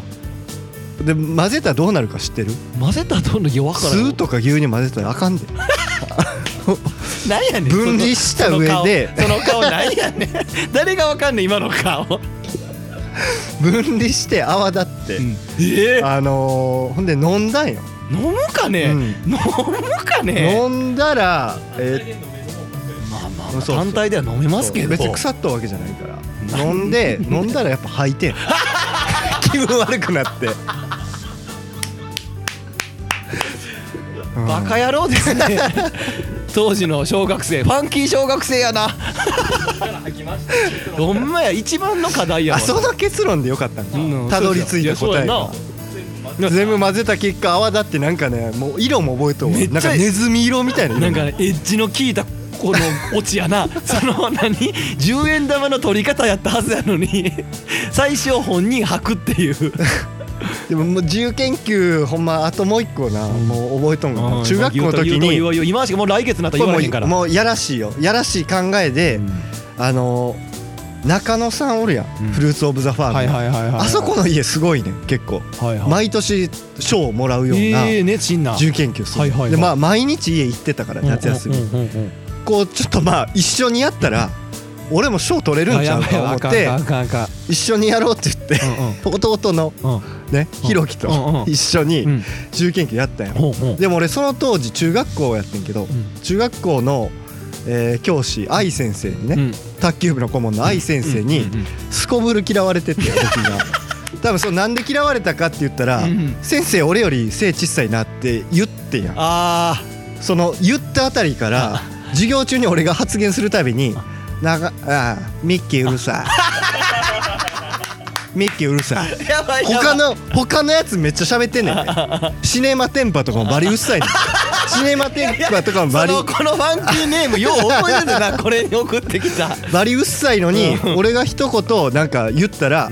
で混ぜたらどうなるか知ってる
混ぜた後の弱から
酢とか牛乳混ぜたらあかんで
何やねん
分離した上で
その顔その顔何やねん誰がわかんねん今の顔
分離して泡立って、
ええ
あのーほんで飲んだんよ、
飲むかね、
うん
飲むかね
飲んだら、え
まあまあ
そうそう
単体では飲めますけど
別に腐ったわけじゃないか
な
ら飲んで飲んだらやっぱ吐い てん気分悪くなって
バカ野郎ですね当時の小学生ファンキー小学生やなほんまや一番の課題や
あ
わ
その結論でよかったんか、
うん
たどり着いた答え
や
が
そう
全部混ぜた結果泡立ってなんかねもう色も覚えとうわ
めっちゃ
なんかネズミ色みたいな
や
色
ななんかねエッジの効いたこのオチやなその何10円玉の取り方やったはずやのに最初本人吐くっていう
でももう自由研究ほんまあともう一個な、もう覚えとんがな中学校の時
言うと言
に
うと言うと今しかもう来月になったら
こ
言
れ
われへんか
もう
ら
もうやらしいよやらしい考えで、あの中野さんおるやん、
うん
フルーツ・オブ・ザ・ファーム、
いはいは
あそこの家すごいねん結構、
はいはい
毎年賞をもらうような
ええ熱心な
自由研究する、
はいはいはい
でまあ毎日家行ってたから夏休み、
うんうんうんうん
こうちょっとまあ一緒にやったら俺も賞取れるんちゃうと思っ
あ
て
やばいあかんあかんあかん
一緒にやろうって言って、弟の
うんうん
ね
うん
ひろき
うん
と
うん
一緒
う
に
ん
自由研究やったんよ、
ほうほう
でも俺その当時中学校やってんけど、
うん
中学校の、えー教師愛先生にね、
うん
卓球部の顧問の愛先生に、
うんうんうん
すこぶる嫌われてて僕が 多分そのなんで嫌われたかって言ったら、
うん
先生俺より背小さいなって言ってんやん
あ
その言ったあたりから授業中に俺が発言するたびに「ながああミッキーうる さい」「ミッキーうるさい
ー」やばいやばい
他の他のやつめっちゃ喋ってんねんね シネマテンパとかもバリうるさいねんシネマテンパとかもバリ
そのこのファンキーネームよう覚えてんだな これに送ってきた
バリうっさいのに俺が一言なんか言ったら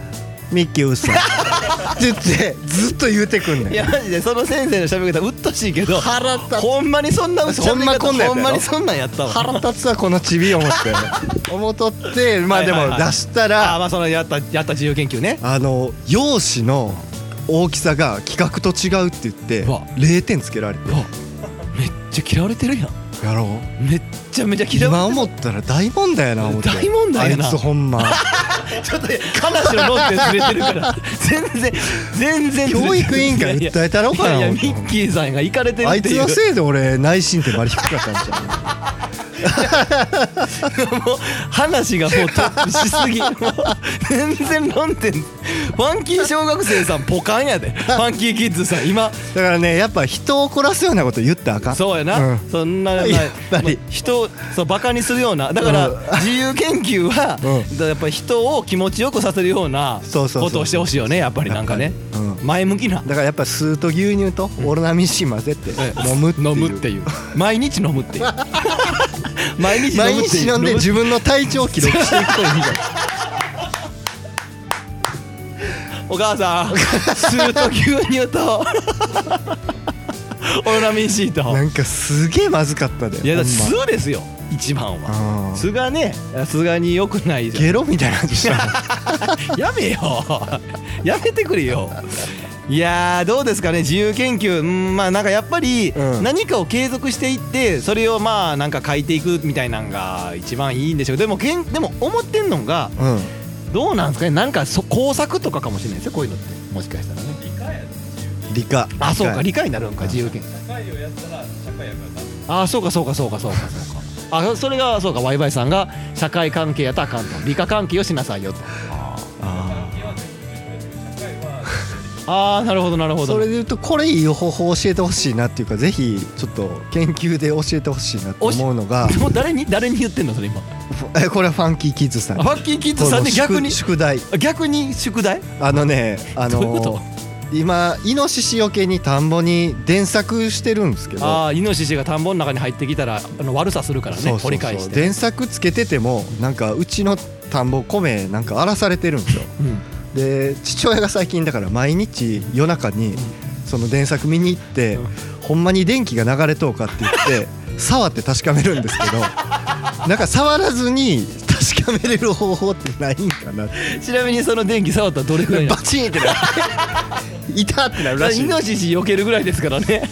「ミッキーうっさ いって言ってずっと言うてくんねん
いやマジでその先生の喋り方うっとしいけど
腹立つ
ほんまにそんな
ほんまこんなんやったやろ
ほんまにそんなんやったわ
腹立つわこのちび思って思っとってまあで
はいはい
も
は
出
い
した
あー
ら
まあそのやったやった自由研究ね
あの容姿の大きさが企画と違うって言って
うわ
0点つけられて
うわめっちゃ嫌われてるやん
やろう
めっちゃめちゃ嫌
今
われて
思ったら大問題やな思って
大問題やな
あいつほんま
るちょっと話の論点ずれてるから全然全然ずれてる
教育委員会訴えたろうかない
やいや
ほ
ミ
んと
ッキーさんが行かれてる
あ
っ
い
て
つ
いう
のせいで俺内心点バリ低かったんじゃん
もう話がもうトップしすぎもう全然論点ファンキー小学生さんポカンやでファンキーキッズさん今
だからねやっぱ人を怒らすようなこと言ったらあかん
そうやな、
ん
そんな、まあ
やっぱり
まあ人をそうバカにするようなだから
うん
自由研究は、
う
やっぱ人を気持ちよくさせるような
そうそうそう
ことをしてほしいよねやっぱりなんかね、
やっぱりう
前向きな
だからやっぱ酢と牛乳とオロナミン C 混ぜて飲むっていう
飲むっていう毎日飲むっていう 毎日飲
毎
むって
日
いう
飲んで
む
自分の体調を記録していくといいんじゃない
お母さ ん酢と牛乳とオロナミン C と
なんかすげえまずかったで
いやだって
ほんま
酢ですよ一番は
うん
酢がね酢がに良くないですよ
ゲロみたいな味したもん
やめよやめてくれよいやーどうですかね自由研究うんまあなんかやっぱり
うん
何かを継続していってそれをまあなんか書いていくみたいなんが一番いいんでしょうけどでもけんでも思ってんのが
うん
どうなんですかねなんかそ工作とかかもしれないですよこういうのってもしかしたらね
理科
あそうか
理
理解になるんか自由研究あそうかそうかそうかそうかそうかあそれがそうかワイワイさんが社会関係やったらあかんと理科関係をしなさいよとああーなるほどなるほど
それでいうとこれいい方法教えてほしいなっていうかぜひちょっと研究で教えてほしいなと思うのが
でも誰に誰に言ってんのそれ今
えこれはファンキーキッズさん
あファッキーキッズさん
この
で
宿
逆に
宿題
逆に宿題
あのねあ
どういうこ
の今イノシシよけに田んぼに電作してるんですけど
ああイノシシが田んぼの中に入ってきたらあの悪さするからね掘り返して
電作つけててもなんかうちの田んぼ米なんか荒らされてるんですよ
うん
で父親が最近だから毎日夜中にその電作見に行って、
うん
ほんまに電気が流れとうかって言 って触って確かめるんですけどなんか触らずに確かめれる方法ってないんかな
ちなみにその電気触ったらどれくらいな
バチン ってなるいたってなる
の
らしい
イノシシ避けるぐらいですから ね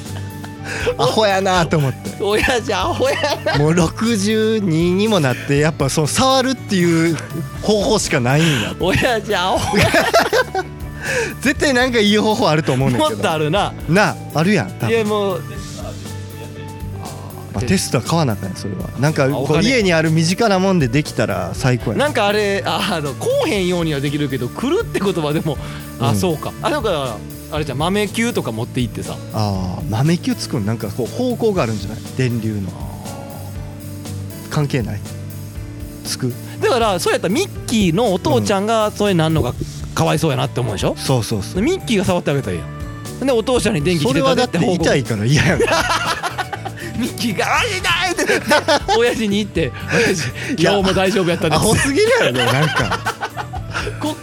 アホやなと思って
親父アホや
もう62にもなってやっぱその触るっていう方法しかないんだ
親父アホや
絶対なんかいい方法あると思うねん
も
だ
っ
け
と
ど
あるな
なああるやん多分
いやもう
まあ、テストは買わなあかんよそれはなんか
あお
こう
金
家にある身近なもんでできたら最高やな
なんかあれああのこうへんようにはできるけど来るって言葉でもあ、
うん
そうかあだからあれじゃん豆球とか持って行ってさ
ああ豆球つくんなんかこう方向があるんじゃない電流の関係ないつく
だからそうやったらミッキーのお父ちゃんがそれなんのがかわいそうやなって思うでしょ、
そうそうそう
でミッキーが触ってあげたらいいやんでお父ちゃんに電気
そ
つ
れ
け
はだ
たね
っ
って
て
報告
痛いから嫌 やん
ミッキーが「あ痛い!」ってなって親父に言って「親父
いや
今日も大丈夫やったんで
ア
す
ホ」すぎるやろなん か
こ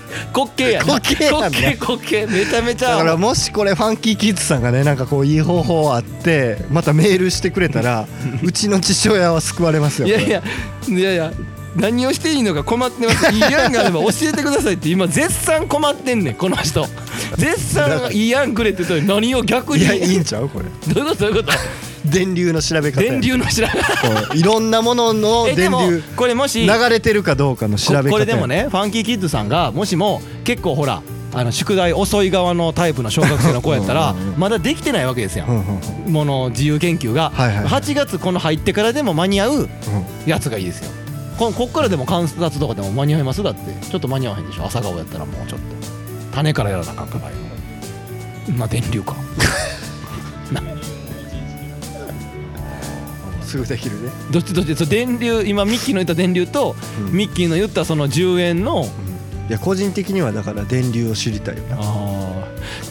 滑稽やな
滑稽やな
滑稽滑稽めちゃめちゃ
だからもしこれファンキーキッズさんがねなんかこういい方法あってまたメールしてくれた らうちの父親は救われますよ
いやいやいやいや何をしていいのか困ってますいい案があれば教えてくださいって今絶賛困ってんねんこの人絶賛いい案くれって言ったのに何を逆
い
に
やいいんちゃうこれ
どういうことどういうこと
電流の調べ方や
電流の知らない
こういろんなものの
えで
電
も
流
これもし
流れてるかどうかの調べ方
こ
や
これでもねファンキーキッズさんがもしも結構ほらあの宿題遅い側のタイプの小学生の子やったら
うんうんうん
まだできてないわけですや
うん
ん
うんうん
もの自由研究が
はいはい
8月この入ってからでも間に合うやつがいいですよここっからでも観察とかでも間に合いますだってちょっと間に合わへんでしょ朝顔やったらもうちょっと種からやらなあかんから今まあ電流か
すぐできるね
どっちどっちそう電流今ミッキーの言った電流と、
うん
ミッキーの言ったその10円の
いや個人的にはだから電流を知りたいよな
あ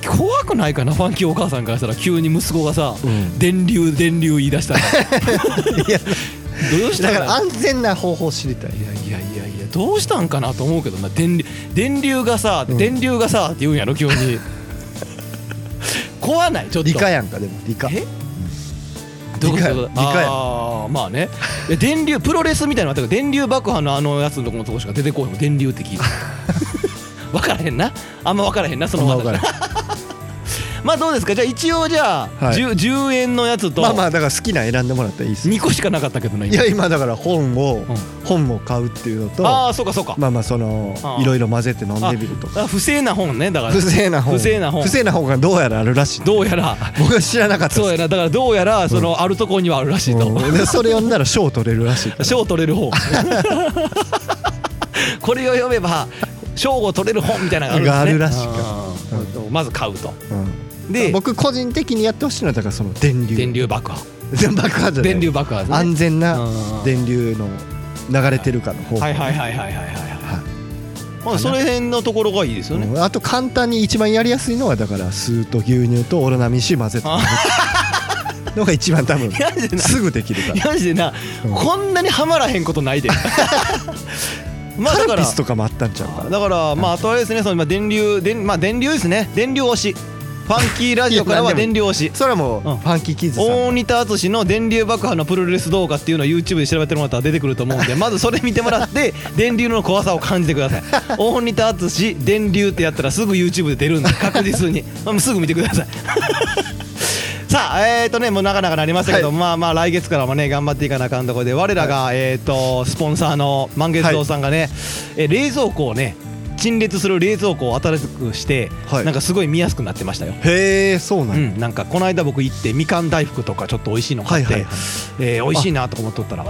ー怖くないかなファンキーお母さんからしたら急に息子がさ、
うん
電流電流言い出したら
いや
どうした
だ
ん
か
やろ
ら安全な方法知りたい
いやいやいやいやどうしたんかなと思うけどな電流電流がさ、電流がさって言うんや ろ急に怖ないちょっと
理科やんかでも理科
えどういうこと
理科や理科や
あーま あねいや電流プロレスみたいなのあったけど電流爆破のあのやつのとこのとこしか出てこいもん電流って 聞いて分からへんなあんま分からへんなその
まあ
話
分からん
まあどうですかじゃあ一応じゃあ、
はい
十十 10, 円のやつと
まあまあだから好きなの選んでもらったらいいです
2個しかなかったけどね
いや今だから本を、
ん
本を買うっていうのと
ああそうかそうか、
まあまあその
あー
いろいろ混ぜて飲んでみるとか
あ不正な本ねだから
不正な本
不正な本
不正な本がどうやらあるらしい
どうやら
僕は知らなかったです
そうやなだからどうやらその、あるところにはあるらしいと、
うんでそれ読んだら賞取れるらしいから
賞取れる 方これを読めば賞を取れる本みたいなのがあるんです、ね、
が
あーまず買うと
うん
で
僕個人的にやってほしいのはだからその電流
電流爆破
全 爆破じゃない
電流爆破ですね
安全
う
なん電流の流れてるかの方法
はいはいはいはいはいはいはいまあそれ辺のところがいいですよね
うんあと簡単に一番やりやすいのはだから酢と牛乳とオロナミン C 混ぜてのが一番多分
やじゃない
すぐできる から
マジでな、
うん
こんなにはまらへんこと ないでまあだ
カ
か
ル
ら
ピスとかもあったんちゃうかな
だからまああとあれですねそのまあ電流電まあ電流ですね電流推しファンキーラジオからは電流推し
それはもうフ
うん
ァンキーキッズさん
大仁田淳の電流爆破のプロレス動画っていうのを YouTube で調べてもらったら出てくると思う んでまずそれ見てもらって電流の怖さを感じてください大仁田淳電流ってやったらすぐ YouTube で出るんで確実に まあすぐ見てください さあえーとねもう長々なりましたけど、まあまあ来月からもね頑張っていかなあかんところで我らが、えーとスポンサーの満月堂さんがね、えー冷蔵庫をね陳列する冷蔵庫を新しくして、
はい
なんかすごい見やすくなってましたよ
へえそうな
うん
や
ん、なんかこの間僕行ってみかん大福とかちょっと美味しいの買って、
はいはいはい
えー美味しいなとか思っとったら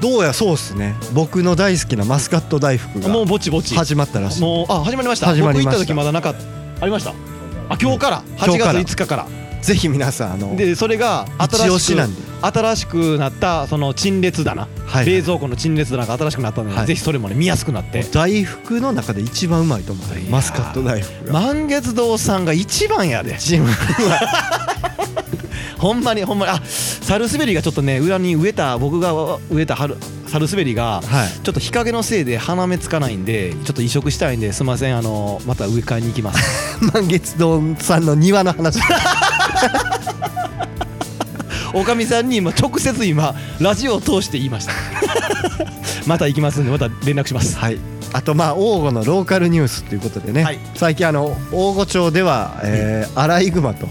どうやそうっすね僕の大好きなマスカット大福が
もうぼちぼち
始まったらしい
もうあ始まりました
始まりました
僕行った時まだなかったありましたあ今日から
今
8
日から
月5日から
ぜひ皆さんあの
でそれが
一押
新し
し
く
なんで
新しくなったその陳列棚、
はい
冷蔵庫の陳列棚が新しくなったので、
はい
ぜひそれもね見やすくなって
大福の中で一番うまいと思う
いやー
マスカット大福が
満月堂さんが一番やで
一番うまい
ほんまにほんまにあサルスベリがちょっとね裏に植えた僕が植えた春サルスベリが、
はい
ちょっと日陰のせいで花芽つかないんでちょっと移植したいんですいませんあのまた植え替えに行きます
満月堂さんの庭の話
おかみさんに今直接今ラジオを通して言いました また行きますんでまた連絡します
はいあとまあ王吾のローカルニュースということでね、
はい
最近あの王吾町では、えー、アライグマと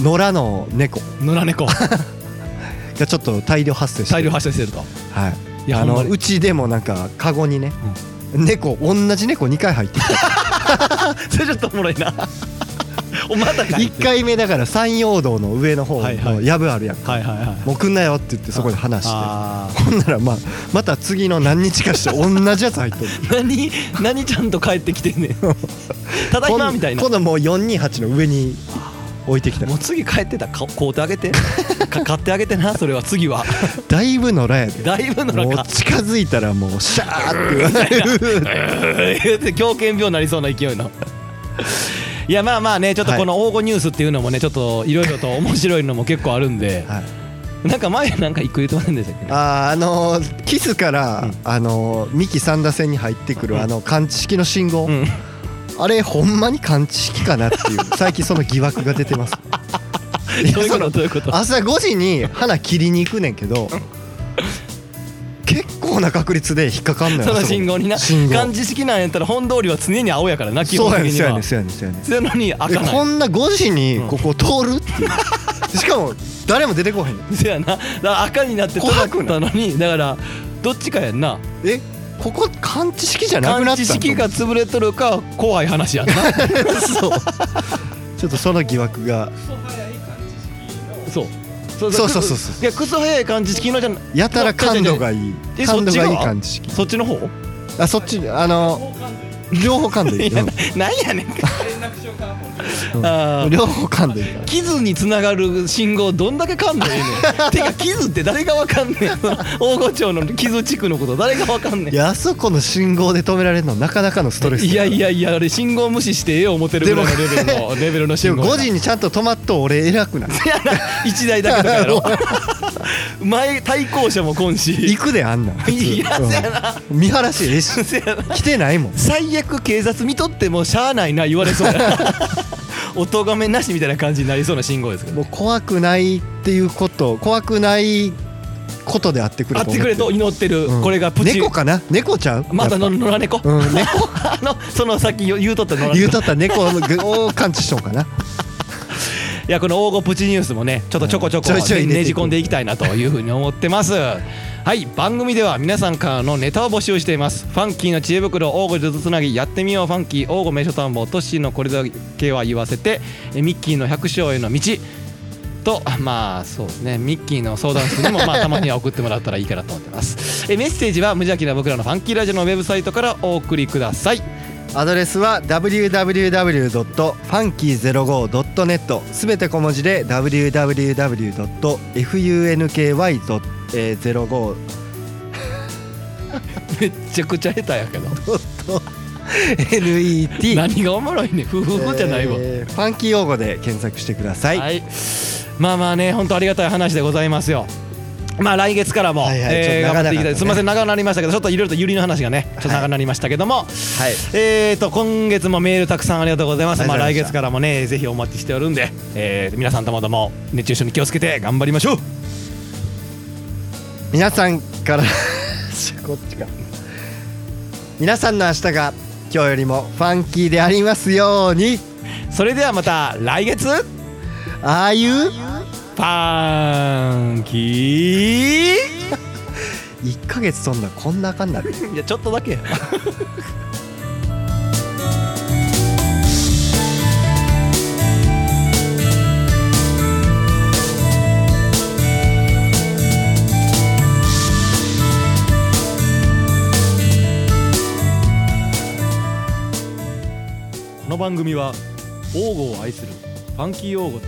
野良の猫
野良 猫
がちょっと大量発生して
大量発生してると
はい
いや
あ
ほ
の
んまに
うちでもなんかカゴにね、猫同じ猫2回入ってきた
それちょっとおもろいな おまたかい
1回目だから山陽道の上の方
はいは
の
い
やぶあるやんか、
はいはいはい
もう来んなよって言ってそこで話して
あー
ほんならまあまた次の何日かして同じやつ入ってる
何何ちゃんと帰ってきてん ねんただいまみたいな
今度もう428の上に置いてきた
もう次帰ってたらか買うてあげてか買ってあげてなそれは次 は
だいぶ野良やで
だいぶの
も
中
う近づいたらもうシャーって言われる
狂犬病になりそうな勢 いの。いやまあまあねちょっと
はい
この黄金ニュースっていうのもねちょっといろいろと面白いのも結構あるんで、
はい
なんか前なんか一個言ってませんでしたっけね
あーあのーキスから、あのーミキ三田線に入ってくる、あの感知式の信号、
うん
あれほんまに感知式かなっていう最近その疑惑が出てますいや
どういう
そ
こ
の
とどういうこと
朝5時に花切りに行くねんけど結構な確率で引っかかんのよ
その
あこ
信号にな
信号
漢字式なんやったら本通りは常に青やからな基
そう
本
や
的
ねん
に
そうやねん
は
そうやねんそうやねん
そうやのに開か
えこ
なん
な5時にここ通るっていう しかも誰も出てこへん
いそうやなだから赤になって止まったのにだからどっちかやんな
えここ感知式じゃなくな
漢
った
字
ん
式が潰れとるか怖い 話やんなそう
ちょっとその疑惑が
そう。そう
そうそうそうそう
いやクソ早い感じ式のじゃん。
やたら感度がいい
え
感度がいい
そっちが
感知式
そっちの方？
あそっちあの両方感度いい、
いや
うん
ななんやねん。あー
両方噛んでいいから
傷につながる信号どんだけ噛んでええね んてか傷って誰がわかんねんその大御町の傷地区のこと誰がわかんねん
いやあそこの信号で止められるのなかなかのストレス
いやいやいやあれ信号無視してええ思ってるぐらいのレベルのレベルの
で
信号
も5時にちゃんと止まっと俺偉くない
いやな一台だけとか やろ前対向車も来ん
行
し
くであんなん普通
いや
うん
せやな
見晴らしええし
せやな
来てないもん
最悪警察見とってもしゃあないな言われそう やなお咎めなしみたいな感じになりそうな信号ですけど
もう怖くないっていうこと怖くないことであってくれ
あ
と
っ
思
てくれと祈ってる、
うん
これがプチ
猫かな猫ちゃん
まだ
やっぱ
の野良猫、
うん猫
あのそのさっき言う言うとった野良猫
言うとったら猫の具を感知しとんかない
やこの大御プチニュースもねちょっとちょこちょこ
ちょいちょい入れて
ね
いく
じ込んでいきたいなというふうに思ってますはい番組では皆さんからのネタを募集していますファンキーの知恵袋大御術つなぎやってみようファンキー大御名所探訪トッシーのこれだけは言わせてえミッキーの百姓への道とまあそうですねミッキーの相談室にもまあたまには送ってもらったらいいかなと思ってますえメッセージは無邪気な僕らのファンキーラジオのウェブサイトからお送りください
アドレスは www.funky05.net すべて小文字で www.funky05
めっちゃくちゃ下手やけど
net
何がおもろいねんふふふじゃないわ、
えーファンキー用語で検索してください、
はい、まあまあね本当ありがたい話でございますよまあ来月からも、
はいはい
えー
ちょっと長々
頑張っていきたい、
とね
すみません長くなりましたけどちょっといろいろとゆりの話がねちょっと長くなりましたけども、えーと今月もメールたくさんありがとうございます
あり
ま
が
あ
とうござ
来
いました
月からもねぜひお待ちしておるんで、えー皆さんともども熱中症に気をつけて頑張りましょう
皆さんからこっちか皆さんの明日が今日よりもファンキーでありますように
それではまた来月
ああいう
パンキー
1ヶ月そんなこんなあかんなる
いやちょっとだけやこの番組は王語を愛するファンキー王語と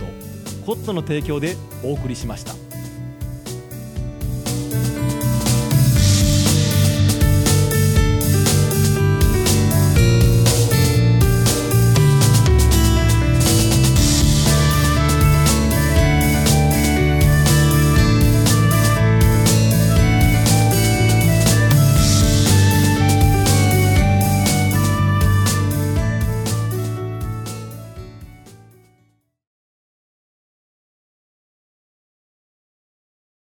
コットの提供でお送りしました。